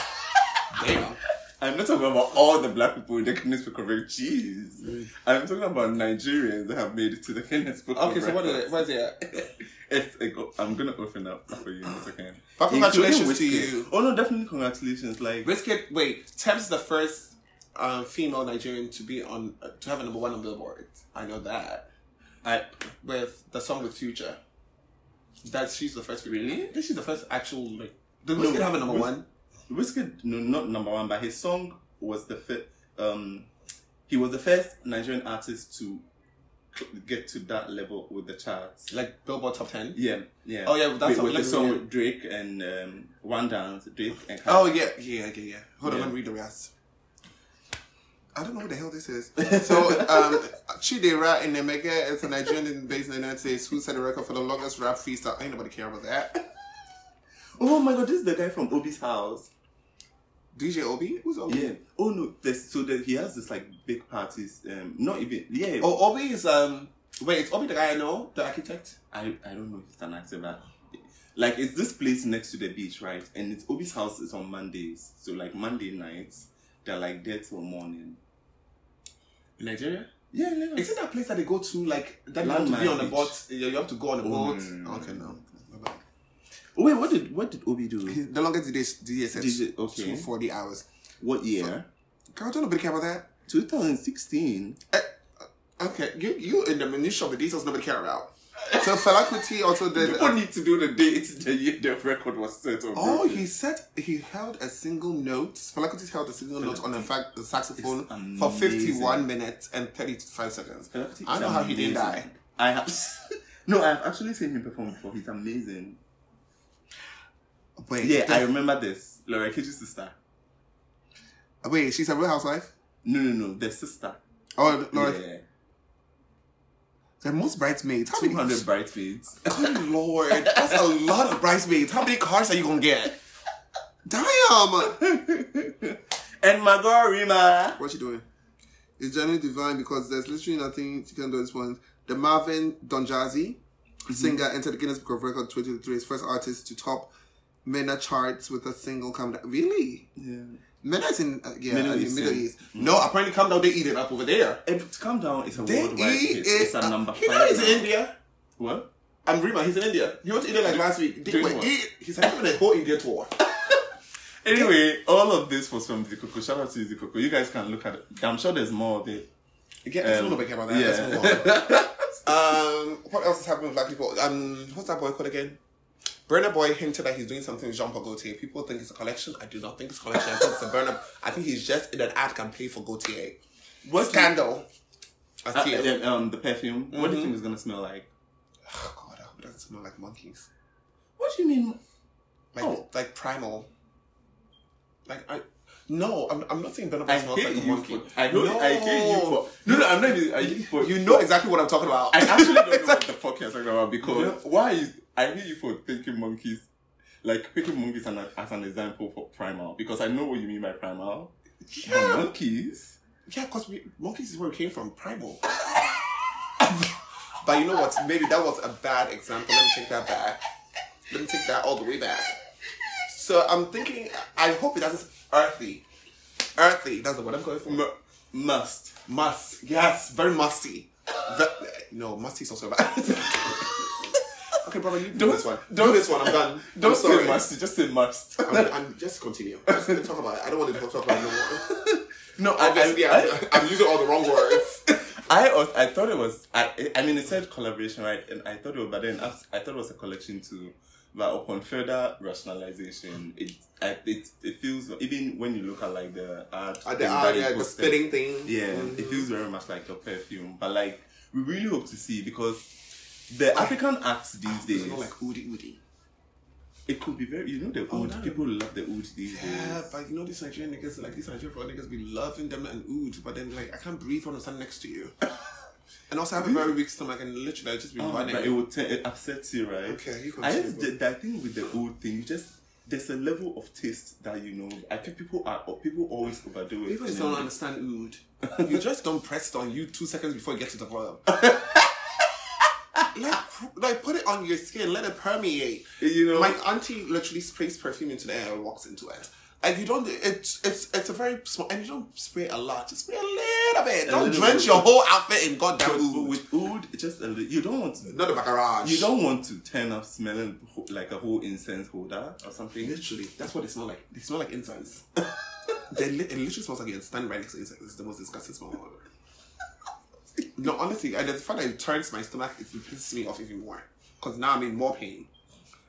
A: Damn.
B: I'm not talking about all the black people in the Guinness Book of Records. Jeez.
A: Mm.
B: I'm talking about Nigerians that have made it to the Guinness Book of
A: Okay, so what is it?
B: Records.
A: What is it?
B: It's a go- I'm going to open up for you in a second.
A: But congratulations
B: Including
A: to
B: Wizkid.
A: you.
B: Oh, no, definitely congratulations. Like,
A: Biscuit, wait, Thames is the first um, female Nigerian to be on, uh, to have a number one on Billboard. I know that.
B: I,
A: With the song with Future. That she's the first.
B: Really?
A: I think she's the first actual, like, did Biscuit have a number
B: Wiz-
A: one?
B: Wizkid, no, not number one, but his song was the first, um, he was the first Nigerian artist to cl- get to that level with the charts.
A: Like, Billboard top 10?
B: Yeah, yeah.
A: Oh, yeah, that's
B: with, with
A: a-
B: the song
A: yeah.
B: with Drake and um, One Dance, Drake and
A: Oh, yeah, yeah, yeah, yeah. Hold on,
B: Yeah.
A: let me read the rest. I don't know what the hell this is. So, um, Chidera Inemege is a Nigerian based in the United States who set a record for the longest rap freestyle. Ain't nobody care about that.
B: Oh my god, this is the guy from Obi's house.
A: DJ Obi? Who's Obi?
B: Yeah. Oh no, there's, so that he has this like big parties. Um, not even yeah.
A: Oh, Obi is um. Wait, it's Obi the guy I know, the architect.
B: I I don't know if it's an actor, but like it's this place next to the beach, right? And it's Obi's house is on Mondays, so like Monday nights they're like there till morning.
A: In Nigeria.
B: Yeah, no.
A: Isn't that place that they go to like that you have to be
B: Landmark
A: on a
B: Beach.
A: boat? You you have to go on a boat.
B: Mm.
A: Okay, Oh, no. Bye-bye.
B: Oh, wait, what did what did Obi do?
A: The longest DJ DJ set
B: DJ
A: is
B: okay.
A: 40 hours.
B: What year?
A: Girl, don't nobody care about that.
B: 2016.
A: Okay, you you in the minutia of the details nobody care about. So Fela Kuti also did.
B: People need to do the date the year the record was set on.
A: oh, he said he held a single note. Fela Kuti held a single note on a, fac- a saxophone
B: It's
A: for
B: amazing.
A: 51 minutes and 35 seconds.
B: I don't
A: I know how he didn't die.
B: I have no, I've actually seen him perform before. He's amazing.
A: Wait,
B: Yeah,
A: the-
B: I remember this. Laura Kitty's sister.
A: Wait, she's a real housewife?
B: No, no, no, their sister.
A: Oh, Laura.
B: Yeah.
A: The most bridesmaids. How many?
B: 200 bridesmaids.
A: Good lord. That's a lot of bridesmaids. How many cars are you going to get? Damn.
B: and Magorima.
A: What's she doing? It's generally divine because there's literally nothing she can do at this point. The Marvin Donjazi
B: Mm-hmm.
A: singer entered the Guinness Book of Records 2023 as first artist to top MENA charts with a single come down. Really?
B: Yeah.
A: MENA is in uh, yeah,
B: Middle
A: Middle East.
B: East,
A: Middle
B: yeah. Mm.
A: East. No, apparently come down, they eat it up over there.
B: If it's come Eh, down, it's a
A: They
B: worldwide
A: eat
B: hit.
A: it.
B: It's a
A: up.
B: number
A: He
B: five.
A: knows he's
B: now.
A: in India.
B: What?
A: I'm Rima, he's in India. He went to India like last week. They
B: Doing
A: went
B: what?
A: eat. He's having a whole India tour.
B: Anyway, all of this was from Zikoko. Shout out to Zikoko. You guys can look at it. I'm sure there's more of it.
A: Again, let's
B: Um,
A: not care about that.
B: yeah.
A: Let's move on. um, what else is happening with black people? Um, what's that boy called again? Burner Boy hinted that he's doing something with Jean Paul Gaultier. People think it's a collection. I do not think it's a collection. I think it's a burner. I think he's just in an ad campaign for Gaultier.
B: What do you-
A: Scandal. I
B: Uh,
A: see it.
B: yeah, um, the perfume. What do you think it's gonna smell like?
A: Oh, God, I hope it doesn't smell like monkeys.
B: What do you mean?
A: Like,
B: Oh.
A: like primal. Like, I. No, I'm, I'm not saying Burner Boy
B: I
A: smells
B: hate
A: like a
B: you
A: monkey.
B: for. I know. I hate you for. No, no, I'm not even. I hate you for.
A: You know exactly what I'm talking about.
B: I actually don't know what the fuck you're talking about because
A: Yeah.
B: why is I hate you for thinking monkeys, like picking monkeys as an, as an example for primal because I know what you mean by primal.
A: Yeah.
B: But monkeys.
A: Yeah, because monkeys is where we came from, primal. but you know what? Maybe that was a bad example. Let me take that back. Let me take that all the way back. So I'm thinking, I hope it doesn't earthy. Earthy, that's the word I'm going for.
B: M- must.
A: Must, yes, very musty. Ve- no, musty is also bad. okay, brother, you do
B: Don't-
A: this one. Do this one, I'm done.
B: Don't
A: I'm sorry.
B: say must. Just say must.
A: I'm, I'm- just continue. Just talk about it. I don't want to talk about it no more.
B: no, I, I,
A: Obviously,
B: I,
A: I'm, I'm using all the wrong words.
B: I was- I thought it was I I mean it said collaboration right and I thought it was but then I, I thought it was a collection too but upon further rationalization it I, it it feels even when you look at like the art
A: Uh,
B: thing
A: the, uh,
B: that you
A: yeah, the
B: posted,
A: spitting thing.
B: yeah
A: Mhm.
B: it feels very much like your perfume but like we really hope to see because the African acts these
A: It's
B: days
A: not like Udi Udi.
B: it could be very you know the
A: Oh,
B: oud
A: no.
B: people love the oud these
A: Yeah,
B: days
A: but you know these Nigerian niggas, like these Nigerian fraud niggas, be loving them and ood, but then like I can't breathe when I'm standing next to you. and also, I have a very weak stomach, and literally I just be
B: Oh,
A: running.
B: but it would t- it upsets you right
A: okay, you
B: I
A: continue.
B: just did that thing with the old thing. You just there's a level of taste that you know. I think people are or people always overdo it.
A: People just
B: And
A: don't
B: then-
A: understand ood. you just don't press it on you two seconds before you get to the boil. like, like put it on your skin, let it permeate.
B: You know,
A: My auntie literally sprays perfume into the air and walks into it. And you don't. It's it's it's a very small. And you don't spray a lot. Just spray a little bit. Don't
B: little
A: drench
B: bit.
A: your whole outfit in goddamn
B: but
A: oud.
B: with oud, it's just a li- you don't want to.
A: Not a baccarat.
B: You don't want to turn up smelling ho- like a whole incense holder or something.
A: Literally, that's what they smell like. They smell like incense. they li- it literally smells like you're standing right next to incense. It's the most disgusting smell. ever. no, honestly, and the fact that it turns my stomach, it pisses me off even more. Because now I'm in more pain.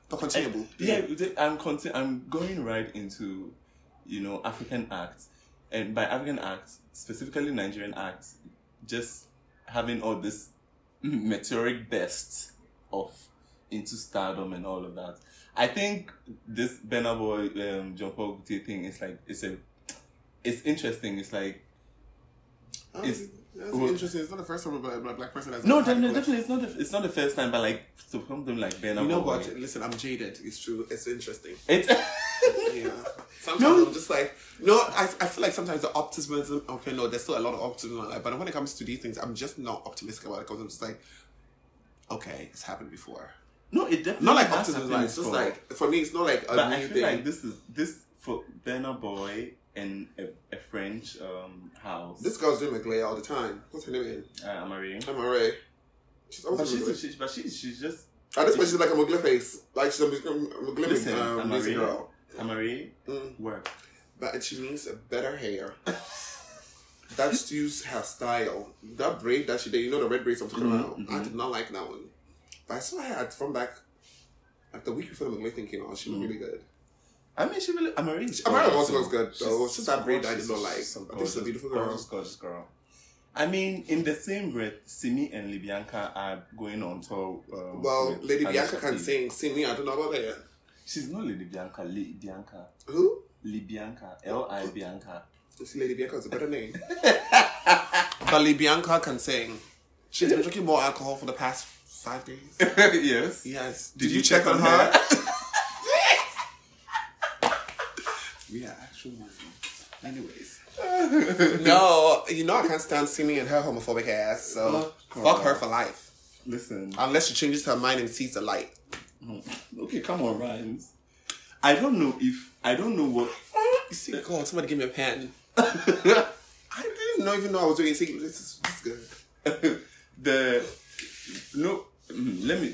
A: But continuable.
B: Yeah, the- I'm conti- I'm going right into, you know, African acts, and by African acts, specifically Nigerian acts, just having all this meteoric bursts of into stardom and all of that. I think this Burna Boy um, John Paul Gaultier thing is like it's a, it's interesting. It's like
A: Oh,
B: It's-
A: that's
B: well-
A: interesting. It's not the first time a black, a black person has
B: no,
A: had a
B: definitely,
A: collection.
B: definitely, it's not the, it's not the first time, but like to come to like Burna
A: You know
B: Boy,
A: what? Listen, I'm jaded. It's true. It's interesting.
B: it's.
A: Yeah. Sometimes
B: No.
A: I'm just like, no, I, I feel like sometimes the optimism, okay, no, there's still a lot of optimism in my life, but when it comes to these things, I'm just not optimistic about it because I'm just like, okay, it's happened before.
B: No, it definitely
A: Not like
B: has
A: optimism,
B: happened
A: like, it's just
B: before.
A: like, for me, it's not like a
B: But
A: new
B: I feel
A: thing.
B: like this is this for Burna Boy and a, a French um house.
A: this girl's doing McLeay all the time. What's her name again?
B: uh, Marie.
A: Emma Ray. She's
B: But
A: always
B: she's,
A: she's
B: she, but she's she's just
A: At this point, she's like a McGliff face. Like, she's a McGliff
B: listen.
A: um,
B: Amari,
A: amazing girl.
B: Amari,
A: Mm.
B: work.
A: But she needs a better hair. That's Stu's her style. That braid that she did, you know the red braids I'm talking
B: Mm-hmm,
A: about. I did not like that one. But I saw her at from back like the week before the McLean thing came out, she looked really good
B: I mean, she really Amari. is
A: Amari
B: gorgeous,
A: also
B: though.
A: looks good,
B: She's-
A: though. It's just that braid I
B: gorgeous,
A: did not like.
B: so
A: I think she's a
B: gorgeous,
A: beautiful girl.
B: Gorgeous, gorgeous girl. I mean, in the same breath, Simi and Libyanka are going on tour. Um,
A: good. Well,
B: with
A: Lady
B: Alicia
A: Bianca can
B: Keys.
A: sing. See me, I don't know about that.
B: She's not Lady Bianca. Lady Bianca.
A: Who?
B: Libianca. L I Bianca.
A: This Lady Bianca's a better name. but Lady Bianca can sing. She's been drinking more alcohol for the past five days.
B: yes.
A: Yes.
B: Did you check on her?
A: we are actual Muslims. Anyways. no, you know I can't stand Simi and her homophobic ass, so
B: Oh,
A: fuck her
B: God.
A: for life.
B: Listen.
A: Unless she changes her mind and sees the light.
B: Okay, come on, Rhymes. I don't know if I don't know what
A: You see, God, somebody give me a pen. I didn't know, even know I was doing secret. This is, this is good.
B: the no. mm, Let me.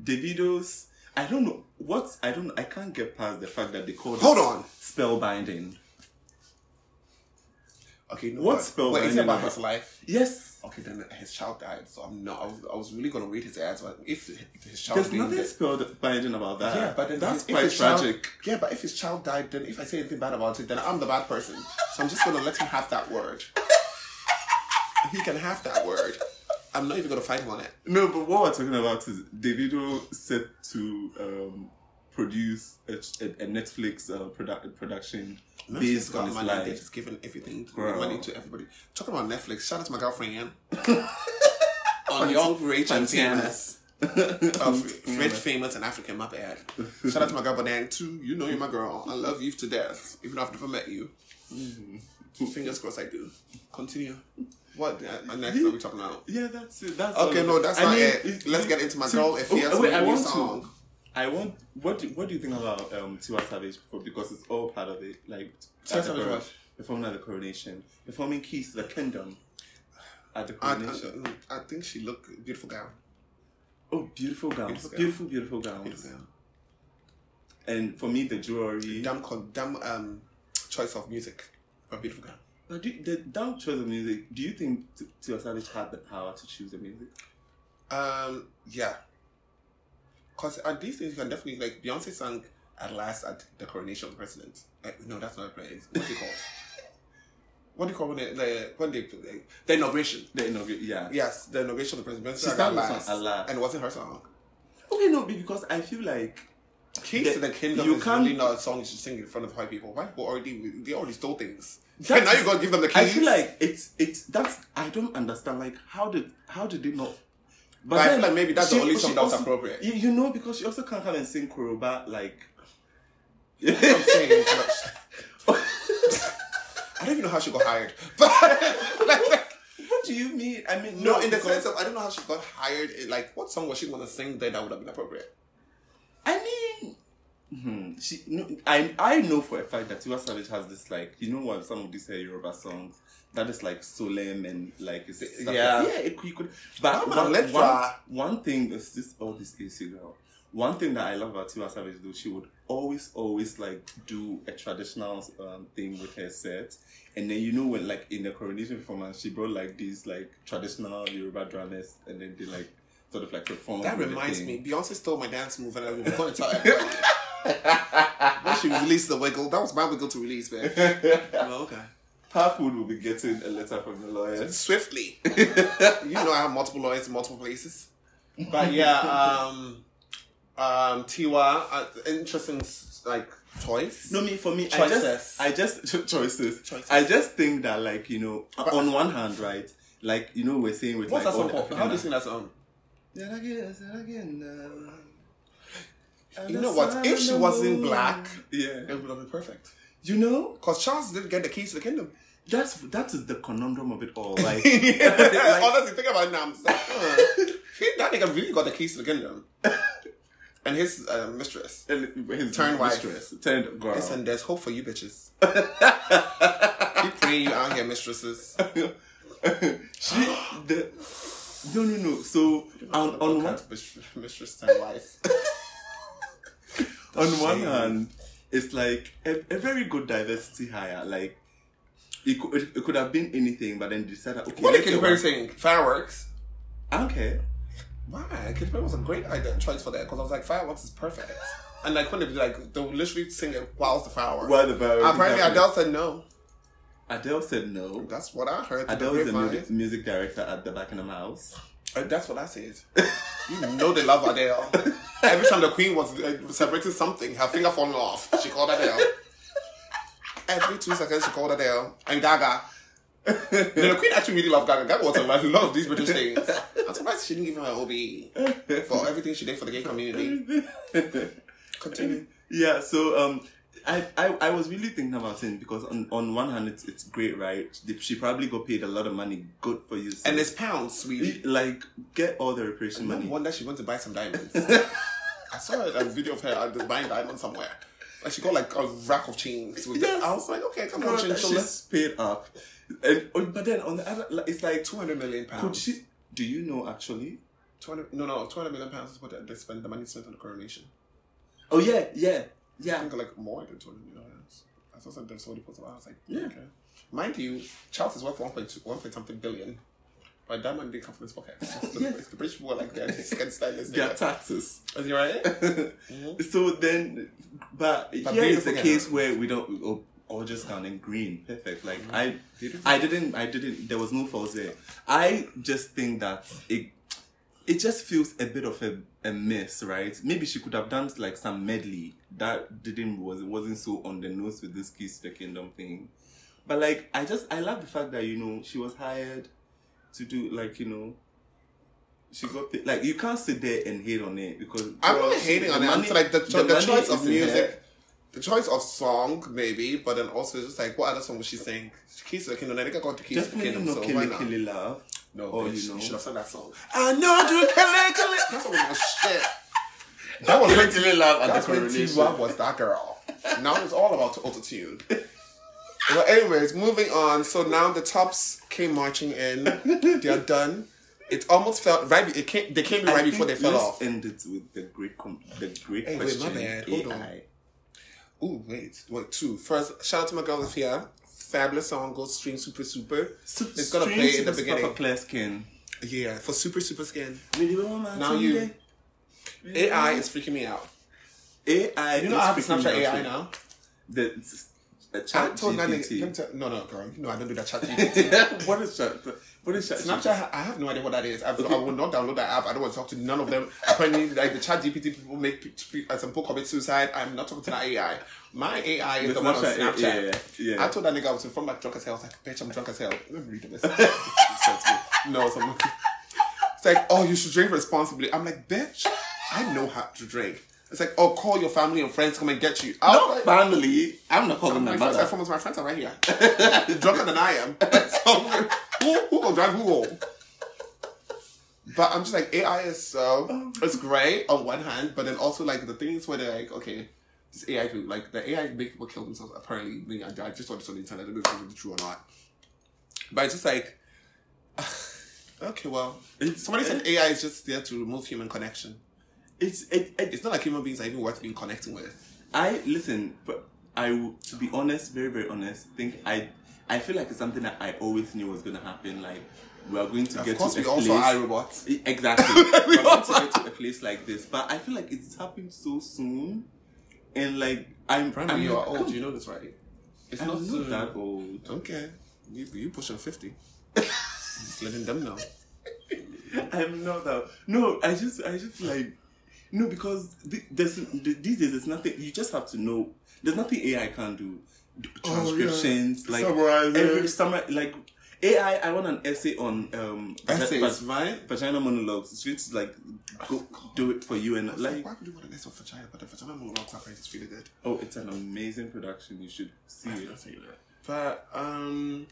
B: Davido's. I don't know what I don't. I can't get past the fact that they called.
A: Hold
B: it
A: on.
B: Spellbinding.
A: Okay, no.
B: What
A: but-
B: spell
A: Wait, is it
B: binding
A: about
B: is-
A: his life?
B: Yes.
A: Okay, then his child died, so I'm not. I was, I was really gonna read his ass, but if his child
B: There's
A: being
B: nothing
A: dead-
B: spellbinding about that.
A: Yeah, but then
B: that's
A: if
B: quite
A: his child-
B: tragic.
A: yeah, but if his child died, then if I say anything bad about it, then I'm the bad person. So I'm just gonna let him have that word. he can have that word. I'm not even gonna fight him on it.
B: No, but what we're talking about is Davido set to um, produce a, a, a Netflix uh, produ- production based
A: got
B: on his
A: money. They're
B: life.
A: just giving everything
B: Girl.
A: money to everybody. Talking about Netflix, shout out to my girlfriend on Young Rich and Famous. of Rich, famous, and African, my bad. Shout out to my girl Banan too. You know you're my girl. I love you to death, even though I've never met you.
B: Mm-hmm.
A: Fingers crossed I do. Continue. What uh, next are we talking about?
B: Yeah, that's it. That's
A: Okay,
B: all.
A: no, that's
B: I
A: not
B: mean,
A: it. Let's get into my
B: to-
A: girl, if
B: oh,
A: he has
B: wait,
A: a
B: I
A: new
B: want
A: song.
B: To, I want. What do What do you think about um, Tiwa Savage before? Because it's all part of it. Like at the
A: Savage
B: coron-
A: what?
B: performing at the coronation, performing keys to the kingdom at the
A: I,
B: coronation.
A: I, I think she looked beautiful gown.
B: oh, beautiful gowns,
A: Beautiful gown.
B: beautiful, beautiful gowns.
A: Beautiful gown.
B: And for me, the jewelry.
A: Damn, con- damn um, choice of music. But beautiful gown.
B: But do, the, that choice of music, do you think T- Tiwa Savage had the power to choose the music?
A: Um, yeah. Cause at these things you can definitely like Beyonce sang at last at the coronation of president. Like no, that's not a praise. What's it called? what do you call when they like, when they like, the inauguration?
B: The inaugural, yeah.
A: Yes, the inauguration of the president. Beyonce
B: She
A: sang
B: sang
A: at
B: the song
A: last,
B: At Last.
A: and it wasn't her song.
B: Okay, no, be- because I feel like
A: Keys
B: The-
A: to the kingdom
B: you
A: is
B: can't-
A: really not a song you should sing in front of white people. White people already they already stole things.
B: That's-
A: and now you gotta give them the keys.
B: I feel like it's it's that's I don't understand. Like how did how did they not?
A: But I feel like maybe that's the only song that was
B: also-
A: appropriate.
B: You, you know, because she also can't come and sing Kuroba like.
A: I'm saying, but- I don't even know how she got hired. But like, like,
B: What do you mean? I mean,
A: No, in the
B: because-
A: sense of I don't know how she got hired. It- Like, what song was she gonna sing there that would have been appropriate?
B: I mean, hmm, she. No, I I know for a fact that Tiwa Savage has this like you know what some of these uh, Yoruba songs that is like solemn and like it's, it's like-
A: Yeah.
B: yeah it, you could but
A: Mama,
B: one,
A: let's
B: one,
A: try.
B: one thing is this all this AC girl. One thing that I love about Tiwa Savage though she would always always like do a traditional um, thing with her set. And then you know when like in the coronation performance she brought like these like traditional Yoruba drummers and then they like sort of like performed.
A: That
B: with the
A: reminds
B: thing.
A: me, Beyonce stole my dance move, and I was gonna tell everybody when she released the wiggle. That was my wiggle to release, man. well, okay.
B: Parkwood will be getting a letter from the lawyers.
A: Swiftly, you know I have multiple lawyers in multiple places, but yeah, um, um, Tiwa, uh, interesting s- like choice.
B: No, me for me,
A: Choices.
B: I just, I just cho- choices.
A: Choices.
B: I just think that, like you know, on one hand, right, like you know, we're saying with
A: what's
B: like
A: that song
B: all
A: called?
B: the
A: How do you
B: African-
A: sing that song?
B: Then again, then again, uh,
A: You know what? If she wasn't black,
B: yeah,
A: it would have been perfect.
B: you know,
A: Cause Charles didn't get the keys to the kingdom.
B: that's that is the conundrum of it all. Like,
A: Yeah,
B: like,
A: Honestly, think about it now. I'm just like, huh. He- that nigga really got the keys to the kingdom. And his uh, mistress.
B: his
A: Turn wife.
B: mistress, turn girl.
A: Listen, there's hope for you bitches. Keep praying you out here, mistresses.
B: she, the, no, no, no. So on on
A: Kind
B: one
A: of mis- mistress and wife.
B: on one
A: shame.
B: hand, it's like a, a very good diversity hire. Like it could, it, could have been anything, but then they decided, okay,
A: What did
B: let's
A: Katy
B: get
A: Perry
B: one-
A: sing? Fireworks.
B: I don't care.
A: Why? Katy Perry was a great idea choice for that because I was like, fireworks is perfect. And like when they be like, they'll literally sing it whilst the fireworks.
B: While the fireworks
A: Apparently,
B: is happening.
A: Adele said no.
B: Adele said no.
A: That's what I heard. through the
B: Adele is the
A: grapevine.
B: music, music director at the back of the house.
A: Uh, That's what I said. You know they love Adele. Every time the Queen was uh, celebrating something, her finger falling off, she called Adele. Every two seconds, she called Adele and Gaga. no, the Queen actually really loved Gaga. Gaga was a lot of these British things. I'm surprised she didn't give her an OBE for everything she did for the gay community. Continue.
B: Yeah, so um, I, I, I was really thinking about it because on, on one hand it's, it's great, right? They- She probably got paid a lot of money. Good for you. sis.
A: And it's pounds, sweetie.
B: like get all the reparation
A: No
B: money.
A: wonder she went to buy some diamonds. I saw a video of her at the buying diamonds somewhere. And she got like a rack of chains. With
B: Yes.
A: I was like, okay, come on,
B: God,
A: chinchilla.
B: she's paid up, and oh, but then on the other, like, it's like
A: 200 million pounds.
B: could she? Do you know actually?
A: 200, no, no, 200 million pounds is what they spent, the money spent on the coronation.
B: Oh yeah, yeah,
A: I
B: yeah.
A: think like more than 200 million pounds. I saw some, somebody posted about it. I was like,
B: Yeah.
A: okay. Mind you, Charles is worth 1.2, 1 point something billion. But that money didn't come from his pocket. So the,
B: Yes.
A: the British people were like, they're just skin stylists.
B: Their taxes.
A: Is he right? Mhm.
B: So then, but,
A: But
B: here is
A: beautiful
B: the
A: girl.
B: case where we don't oh, gorgeous gown and green, perfect. Like
A: Mm-hmm.
B: I,
A: Beautiful.
B: I didn't, I didn't. There was no false there. I just think that it, it just feels a bit of a, a miss, right? Maybe she could have done like some medley that didn't was wasn't so on the nose with this kiss to the kingdom thing, but like I just I love the fact that you know she was hired to do like you know. She got the, like you can't sit there and hate on it because
A: I'm
B: girl,
A: not
B: she-
A: hating on
B: the
A: it. I'm
B: money-
A: just like the, cho- the,
B: money
A: choice
B: is
A: of
B: in
A: music,
B: there.
A: the choice of song, maybe, but then also it's just like what other song was she singing? Keys to the Kingdom. I think I got the Keys
B: Definitely
A: to the Kingdom. So
B: not
A: why
B: Kili
A: not?
B: Kili Love.
A: No,
B: Oh,
A: bitch,
B: you know.
A: should have sung that song. I know I do Kili Kili. That song was shit. That was when
B: Kili Love
A: that's when T-Rob was that girl. Now it's all about auto tune. Well, anyways, moving on. So now the tops came marching in. They're done. It almost felt right. It came. They came in right before they fell
B: let's
A: off.
B: end it with the great, com- the great
A: Hey, wait, my
B: question.
A: bad. Hold on.
B: AI.
A: Ooh, wait, wait, two. First, shout out to my girl Lafia. Fabulous song, go stream super super. it's gonna
B: Stream
A: play in the
B: Super
A: beginning.
B: Papa Claire Skin.
A: Yeah, for super super skin.
B: Now
A: you- AI is freaking me out.
B: AI.
A: You know
B: is
A: I have
B: freaking
A: Snapchat
B: me out.
A: AI now.
B: The, the
A: I
B: chat
A: told that nigga, let me
B: GPT.
A: tell- no, no, girl, you know I don't do that chat GPT.
B: what is chat? What is chat?
A: Snapchat, I have no idea what that is. I've, I will not download that app. I don't want to talk to none of them. Apparently, like the chat GPT people make p- p- uh, some people commit suicide. I'm not talking to that AI. My AI is the,
B: The
A: one on
B: Snapchat,
A: Snapchat.
B: yeah, yeah, yeah.
A: I told that nigga I was in front of my drunk as hell. I was like, bitch, I'm drunk as hell. Let me read the message. She sent me. no, so I'm like, it's like, oh, you should drink responsibly. I'm like, bitch, I know how to drink. It's like, oh, call your family and friends, come and get you. I was
B: No,
A: like,
B: family. I'm not calling
A: my
B: my
A: friends,
B: mother.
A: I promise my friends are right here. Drunker than I am. so, who, who gonna drive who home? But I'm just like, AI is
B: Oh.
A: so, it's great on one hand, but then also like the things where they're like, okay, this AI, people, like the AI make people kill themselves apparently. I, mean, I, I just saw this on the internet, I don't know if it's true or not. But it's just like, okay, well,
B: It's-
A: somebody said AI is just there to remove human connection.
B: It's it, it,
A: It's not like human beings are even worth being connecting with.
B: I listen, but I, w- to be honest, very very honest, think I, I feel like it's something that I always knew was going to happen. Like we are going to
A: Of
B: get
A: course,
B: to
A: we
B: a
A: also
B: place.
A: are robots.
B: E- Exactly, we are going
A: also
B: to get to a place like this. But I feel like it's happened so soon, and like I'm,
A: Brandon,
B: I'm
A: you are
B: like,
A: old.
B: come-
A: You know this, right? It's
B: I'm
A: not
B: not
A: soon.
B: that old.
A: Okay, you you pushing fifty. Just letting them know.
B: I'm not that. No, I just, I just like, no, because th- there's th- these days there's nothing. You just have to know. There's nothing AI can do. D-
A: Oh, yeah.
B: Transcriptions, like
A: Summarizing.
B: every summer, like AI. I want an essay on um vagi-
A: Essays, Oh,
B: vag-
A: right?
B: vagina monologues. It's going to like go, do it for you and
A: Like,
B: like.
A: why would you want an essay for China? But the vagina monologues are great. It's really good.
B: Oh, it's an amazing production. You should see it.
A: But um,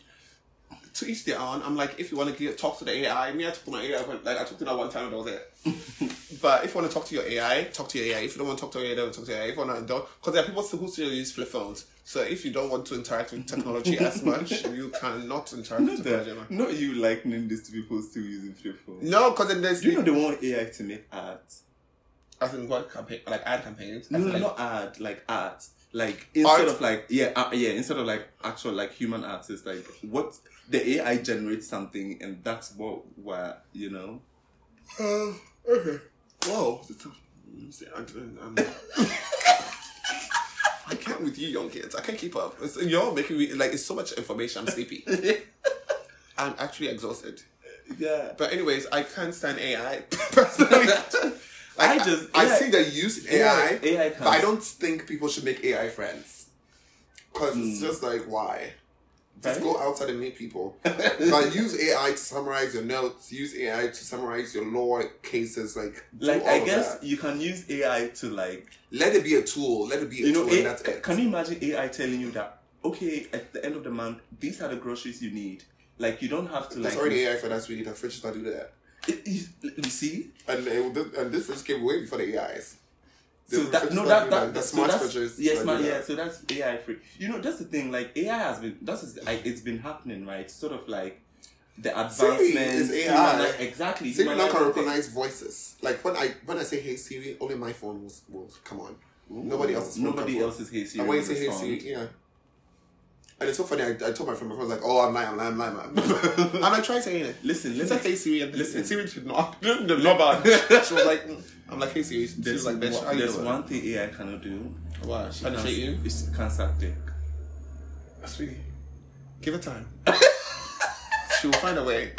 A: to each their own. I'm like, if you want to get, talk to the AI, me, I talk to my AI. When, like I talked to that one time and I was there. but if you want to talk to your AI, talk to your AI. If you don't want to talk to your AI, don't talk to your AI. If you want to, don't, because there are people still who still use flip phones. So if you don't want to interact with technology as much, you cannot interact with technology.
B: The- not you likening this to people still using flip phones.
A: No, because then there's
B: Do you know they want AI to make art?
A: As in what campaign? Like ad campaigns?
B: No,
A: As
B: no,
A: in, like,
B: not art, like art. Like instead
A: Art?
B: of like yeah, uh, yeah, instead of like actual like human artists, like what the AI generates something and that's what where you know.
A: Uh, okay. Whoa. It's a- let me see, I, don't- I'm- I can't with you, young kids. I can't keep up. It's, you're making me like it's so much information. I'm sleepy. I'm actually exhausted.
B: Yeah.
A: But anyways, I can't stand AI personally. Like,
B: I just-
A: I,
B: yeah.
A: see the use in AI,
B: AI
A: but I
B: comes-
A: don't think people should make AI friends. Because it's
B: Mm.
A: just like, why? Just
B: Right?
A: go outside and meet people. like, use AI to summarize your notes, use AI to summarize your law cases. Like, do
B: Like
A: all
B: I
A: of
B: guess
A: that.
B: you can use AI to like
A: Let it be a tool. Let it be a
B: you know
A: tool, and that's
B: a,
A: it.
B: can you imagine AI telling you that okay at the end of the month these are the groceries you need like you don't have to like
A: There's already AI for that, sweetie. The fridge does not do that.
B: It- it- you see
A: And, it, and this fridge came way before the AIs. The
B: so that
A: fridges
B: no
A: don't
B: that,
A: do
B: that,
A: The
B: so
A: smart
B: that's,
A: fridges.
B: yes
A: don't
B: ma-
A: do
B: yeah
A: that.
B: so that's AI free you know that's the thing like AI has been that's is- I- it's been happening right sort of like the
A: Siri is
B: advancements
A: AI.
B: humani- exactly
A: Siri now can
B: humanizing things.
A: recognize voices. Like when I when I say hey Siri, only my phone will, will come on. Nobody else's phone
B: nobody
A: can-
B: else's hey Siri
A: I want you to hear
B: respond.
A: Siri, yeah. And it's so funny. I, I told my friend, my friend was like, "Oh, I'm lying, I'm lying, I'm lying." I'm lying. and I tried saying it.
B: listen
A: It's
B: let me
A: like, "Hey Siri," and
B: Listen.
A: and Siri did not. did not bad. She was like, mm. "I'm like, hey Siri." She
B: There's,
A: was like, "Bitch, how
B: one,
A: you
B: there's
A: doing?"
B: one thing AI cannot do.
A: Why? She can't treat you,
B: It's cancer dick.
A: sweetie. Give it time. she will find a way.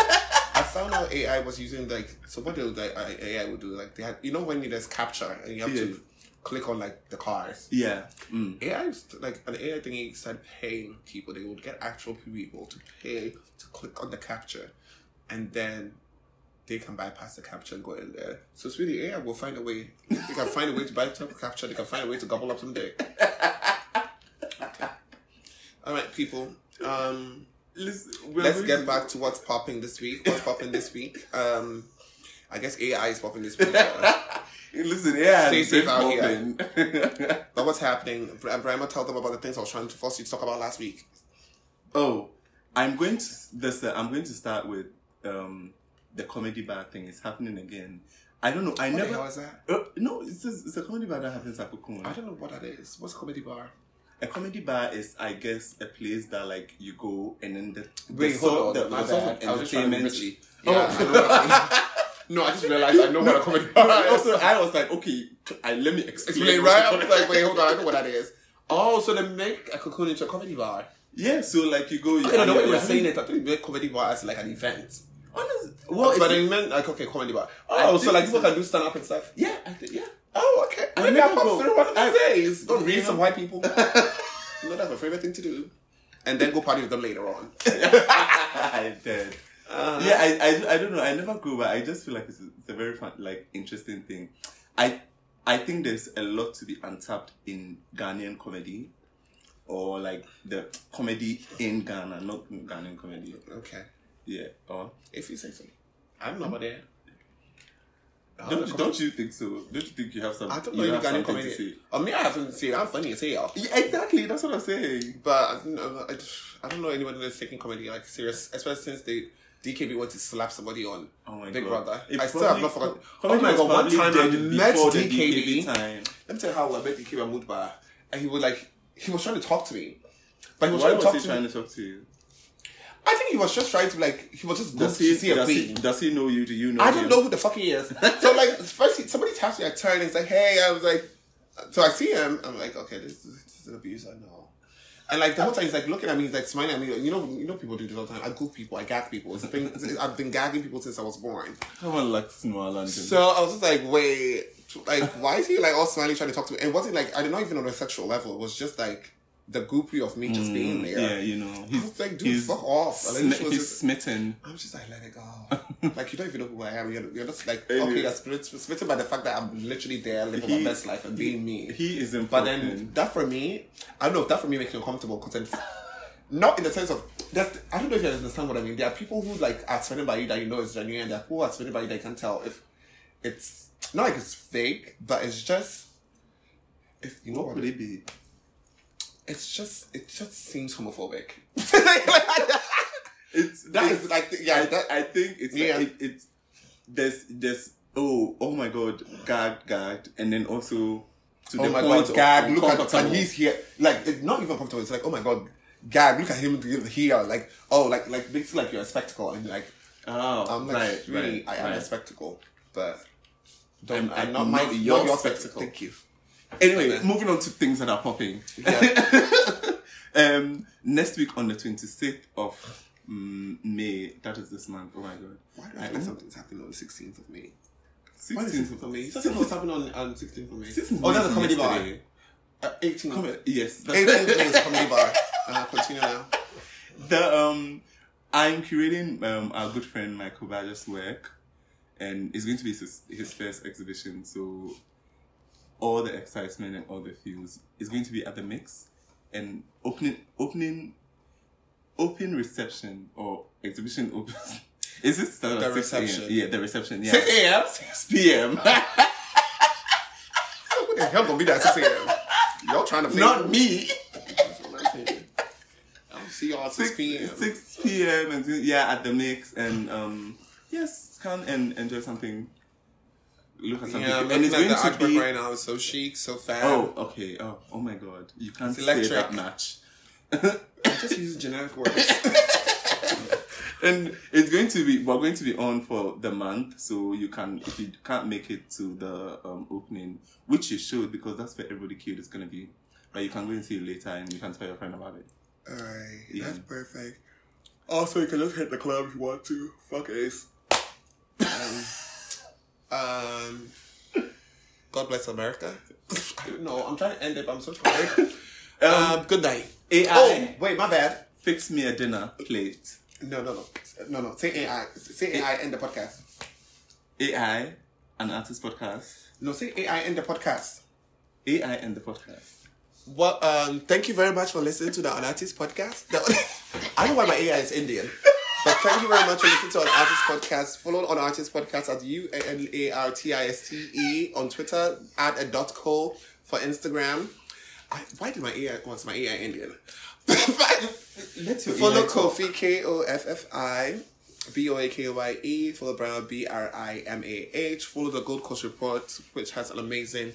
A: I found out AI was using like so. What did like, I- AI would do? Like they had, you know, when you just capture and you have
B: Yeah.
A: to click on like the cars.
B: Yeah. Mm.
A: AI was like an AI thingy started paying people. They would get actual people to pay to click on the capture, and then they can bypass the capture and go in there. So it's really AI will find a way. They can find a way to bypass the capture. They can find a way to gobble up some dick. All right, people. Um,
B: Listen,
A: let's get back to what's popping this week. What's popping this week? Um, I guess AI is popping this week. uh, but
B: Listen, AI.
A: Stay
B: is
A: safe out
B: open.
A: what's happening? Br- Brahma, tell them about the things I was trying to force you to talk about last week.
B: oh, I'm going to this. Uh, I'm going to start with um the comedy bar thing. It's happening again. I don't know. I
A: What the
B: never.
A: hell is that?
B: Uh, no, it's just, it's a comedy bar that happens at
A: I
B: Kukuma.
A: don't know what that is. What's comedy bar?
B: A comedy bar is, I guess, a place that like you go and then the the, sort- the,
A: my
B: the sort
A: bad.
B: of
A: I was just trying to be
B: entertainment-
A: bitchy.
B: Oh.
A: Yeah, I know what I mean. no, I just realized I know what a comedy
B: No,
A: bar is.
B: also, I was like, okay, I, let me explain.
A: Explain,
B: what's
A: right?
B: a
A: I was
B: comedy-
A: like, wait, hold on, I know what that is. Oh, so they make a cocoon into a comedy bar.
B: Yeah, so like you go.
A: I
B: You,
A: don't know
B: you're
A: what you were
B: having-
A: saying it. I think they make comedy bar as like an event.
B: Honest, well,
A: but
B: it's-
A: it meant like okay, comedy bar.
B: I
A: Oh,
B: think
A: so like
B: it's
A: people can do stand up and stuff.
B: yeah, I think yeah.
A: Oh, okay.
B: I
A: Maybe I'll
B: never
A: pop
B: go.
A: through one of these
B: I-
A: days. Go read
B: You know-
A: some white people. you know that's my favorite thing to do. And then go party with them later on.
B: I did.
A: Uh-huh.
B: yeah, I, I, I don't know. I never go, but I just feel like it's, it's a very fun, like interesting thing. I I think there's a lot to be untapped in Ghanaian comedy, or like the comedy in Ghana, not Ghanaian comedy.
A: Okay.
B: Yeah. Or
A: If you say so. I'm not there.
B: don't you, don't you think so? Don't you think you have some?
A: I don't
B: you
A: know any
B: have
A: Ghanaian
B: something to
A: comedy.
B: say?
A: I mean, I haven't seen. I'm funny as hell,
B: Yeah, exactly. That's what I'm saying.
A: but I don't know, I, just- I don't know anyone that's taking comedy like serious, especially since they DKB went to slap somebody on
B: Oh my
A: Big
B: god.
A: Brother.
B: It
A: I still have
B: probably-
A: not forgotten.
B: comedy
A: Oh my
B: was
A: god! One
B: probably
A: time I
B: dead
A: met
B: before the
A: DKB.
B: time.
A: Let me tell you how I met DKB at Moodbar, and he would like he was trying to talk to me, but he was
B: Why
A: trying to talk
B: was he
A: to
B: trying
A: me.
B: to talk to you?
A: I think he was just trying to like he was just good
B: Does
A: to
B: he,
A: see a
B: does,
A: queen.
B: he, does he know you? Do you know
A: I
B: him?
A: don't know who the fuck he is. so like first he, somebody taps me, I turn, he's like, hey, I was like so I see him, I'm like, okay, this, is- this is an abuse, I know. And like the whole time he's like looking at me, he's like smiling at me. You know, you know people do this all the time. I goof people, I gag people. It's a thing, I've been gagging people since I was born.
B: Someone like small London.
A: So I was just like, wait, like why is he like all smiley trying to talk to me? And it wasn't like I did not even on a sexual level. It was just like the goopy of me just being there.
B: Mm, yeah, you know,
A: I was like, dude, fuck off. Like,
B: smi-
A: she was
B: he's
A: just-
B: smitten.
A: I'm just like, let it go. like, you don't even know who I am. You're, you're just like,
B: Anyway.
A: okay, you're split, splitting by the fact that I'm literally there living
B: He-
A: my best life and being me.
B: He is
A: but
B: important.
A: then that for me, I don't know if that for me makes me uncomfortable because not in the sense of, that's, I don't know if you understand what I mean. There are people who like are surrounded by you that you know is genuine and there are people who are surrounded by you that you can tell if it's, not like it's fake, but it's just, if you know
B: what would it be?
A: it's just, it just seems homophobic.
B: It's
A: that is like, yeah,
B: I,
A: that,
B: I think it's
A: Yeah.
B: it, it's there's there's oh oh my god gag gag and then also to
A: oh
B: the
A: my
B: point
A: god, gag!
B: of
A: Look at
B: uncomfortable.
A: and he's here. Like it's not even comfortable. It's like oh my god, gag! Look at him here. Like oh, like like basically like you're a spectacle and like
B: oh
A: I'm like
B: right,
A: really
B: right,
A: I am
B: right.
A: a spectacle, but don't
B: I'm-
A: I'm,
B: I'm
A: not my
B: not
A: not
B: your
A: your,
B: spectacle.
A: spectacle. Thank you.
B: Anyway, moving on to things that are popping. um, next week on the 26th of mm, May, that is this month. Oh my god.
A: Why do I feel like something's happening on the 16th of May? Why is
B: 16th
A: it for me? Something was happening on on 16th of May.
B: Sixteenth
A: Oh, that's a
B: May
A: comedy bar.
B: yesterday.
A: Uh, 18.
B: Comedy. Yes. that's-
A: 18 minutes comedy bar. Uh, continue now.
B: the um I'm curating um our good friend Michael Badger's work and it's going to be his, his first exhibition so all the excitement and all the feels is going to be at the mix and opening opening open reception or exhibition open is it start at
A: The
B: 6 a.m.?
A: reception.
B: yeah the reception yeah
A: 6 a.m.?
B: 6 p.m
A: Who the hell gonna be that 6 a.m.? Y'all trying to think.
B: not me
A: I'll see y'all at 6 p.m.
B: 6 p.m. and yeah, at the mix and um yes, come and enjoy something. Look at something.
A: Yeah, I'm
B: and
A: looking
B: it's
A: at the
B: going to
A: artwork
B: be
A: right now. It's so chic, so fab.
B: Oh, okay. Oh, oh my god. You can't
A: It's
B: say
A: electric.
B: that much.
A: Just use generic words.
B: And it's going to be we're going to be on for the month, so you can if you can't make it to the um, opening, which you should because that's where everybody queued is gonna be. But you can go and see it later and you can tell your friend about it.
A: Alright,
B: Yeah.
A: that's perfect. Also, you can just hit the club if you want to. Fuck Ace. Um, um, God bless America. no, I'm trying to end it, but I'm so tired.
B: Um,
A: Um, good night.
B: AI
A: Oh, wait, my bad.
B: fix me a dinner plate.
A: No, no, no. No, no. Say AI. Say AI, end the podcast.
B: AI, an artist podcast.
A: No, say AI, end the podcast.
B: AI and the podcast.
A: Well, um, thank you very much for listening to the Anatis podcast. The, I don't know why my AI is Indian. But thank you very much for listening to our artist podcast. Follow on artist podcast at U A N A R T I S T E on Twitter at a dot co for Instagram. I, why did my AI what's my AI Indian?
B: Let your
A: Follow
B: AI talk.
A: Kofi K O F F I B O A K Y E. Follow Brown B R I M A H. Follow the Gold Coast Report, which has an amazing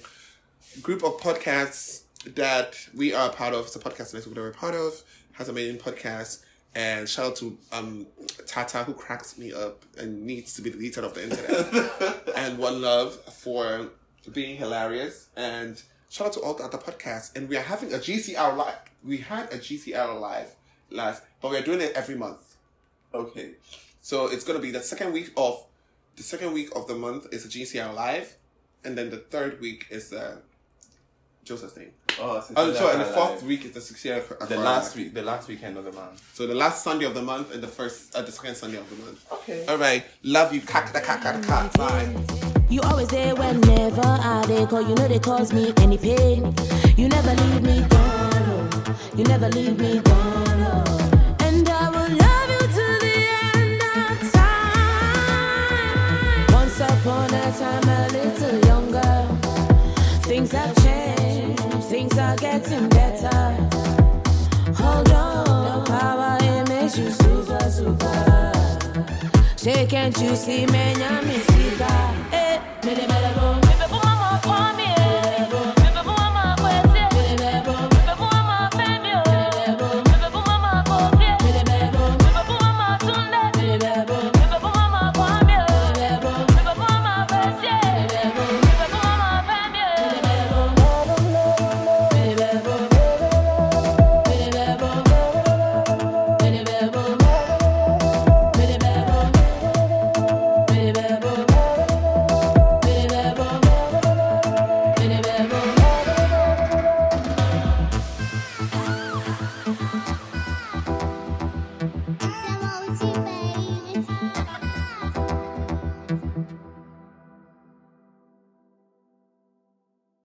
A: group of podcasts that we are part of. It's a podcast network that we're part of. Has amazing podcasts. And shout out to um, Tata who cracks me up and needs to be deleted off the internet. and one love for being hilarious. And shout out to all the other podcasts. And we are having a GCR live. We had a GCR live last, but we're doing it every month.
B: Okay.
A: So it's gonna be the second week of the second week of the month is a GCR live, and then the third week is uh, Joseph's thing.
B: Oh,
A: Oh, sorry, and the fourth week is the sixth year.
B: The last week, the last weekend of the month.
A: So the last Sunday of the month and the first, uh, the second Sunday of the month.
B: Okay.
A: All right, love you. Cack the cack the cack. Bye.
C: You always there whenever I they call. You know they cause me any pain. You never leave me down. oh. You never leave me down. oh. And I will love you to the end of time. Once upon a time, a little younger. Things have changed. Things are getting better. Hold on, the power it makes you super super. Say, can't you see me? I'm in Sita. Eh, me de bele boom. Me de bele boom. Me de bele boom. Me de bele boom.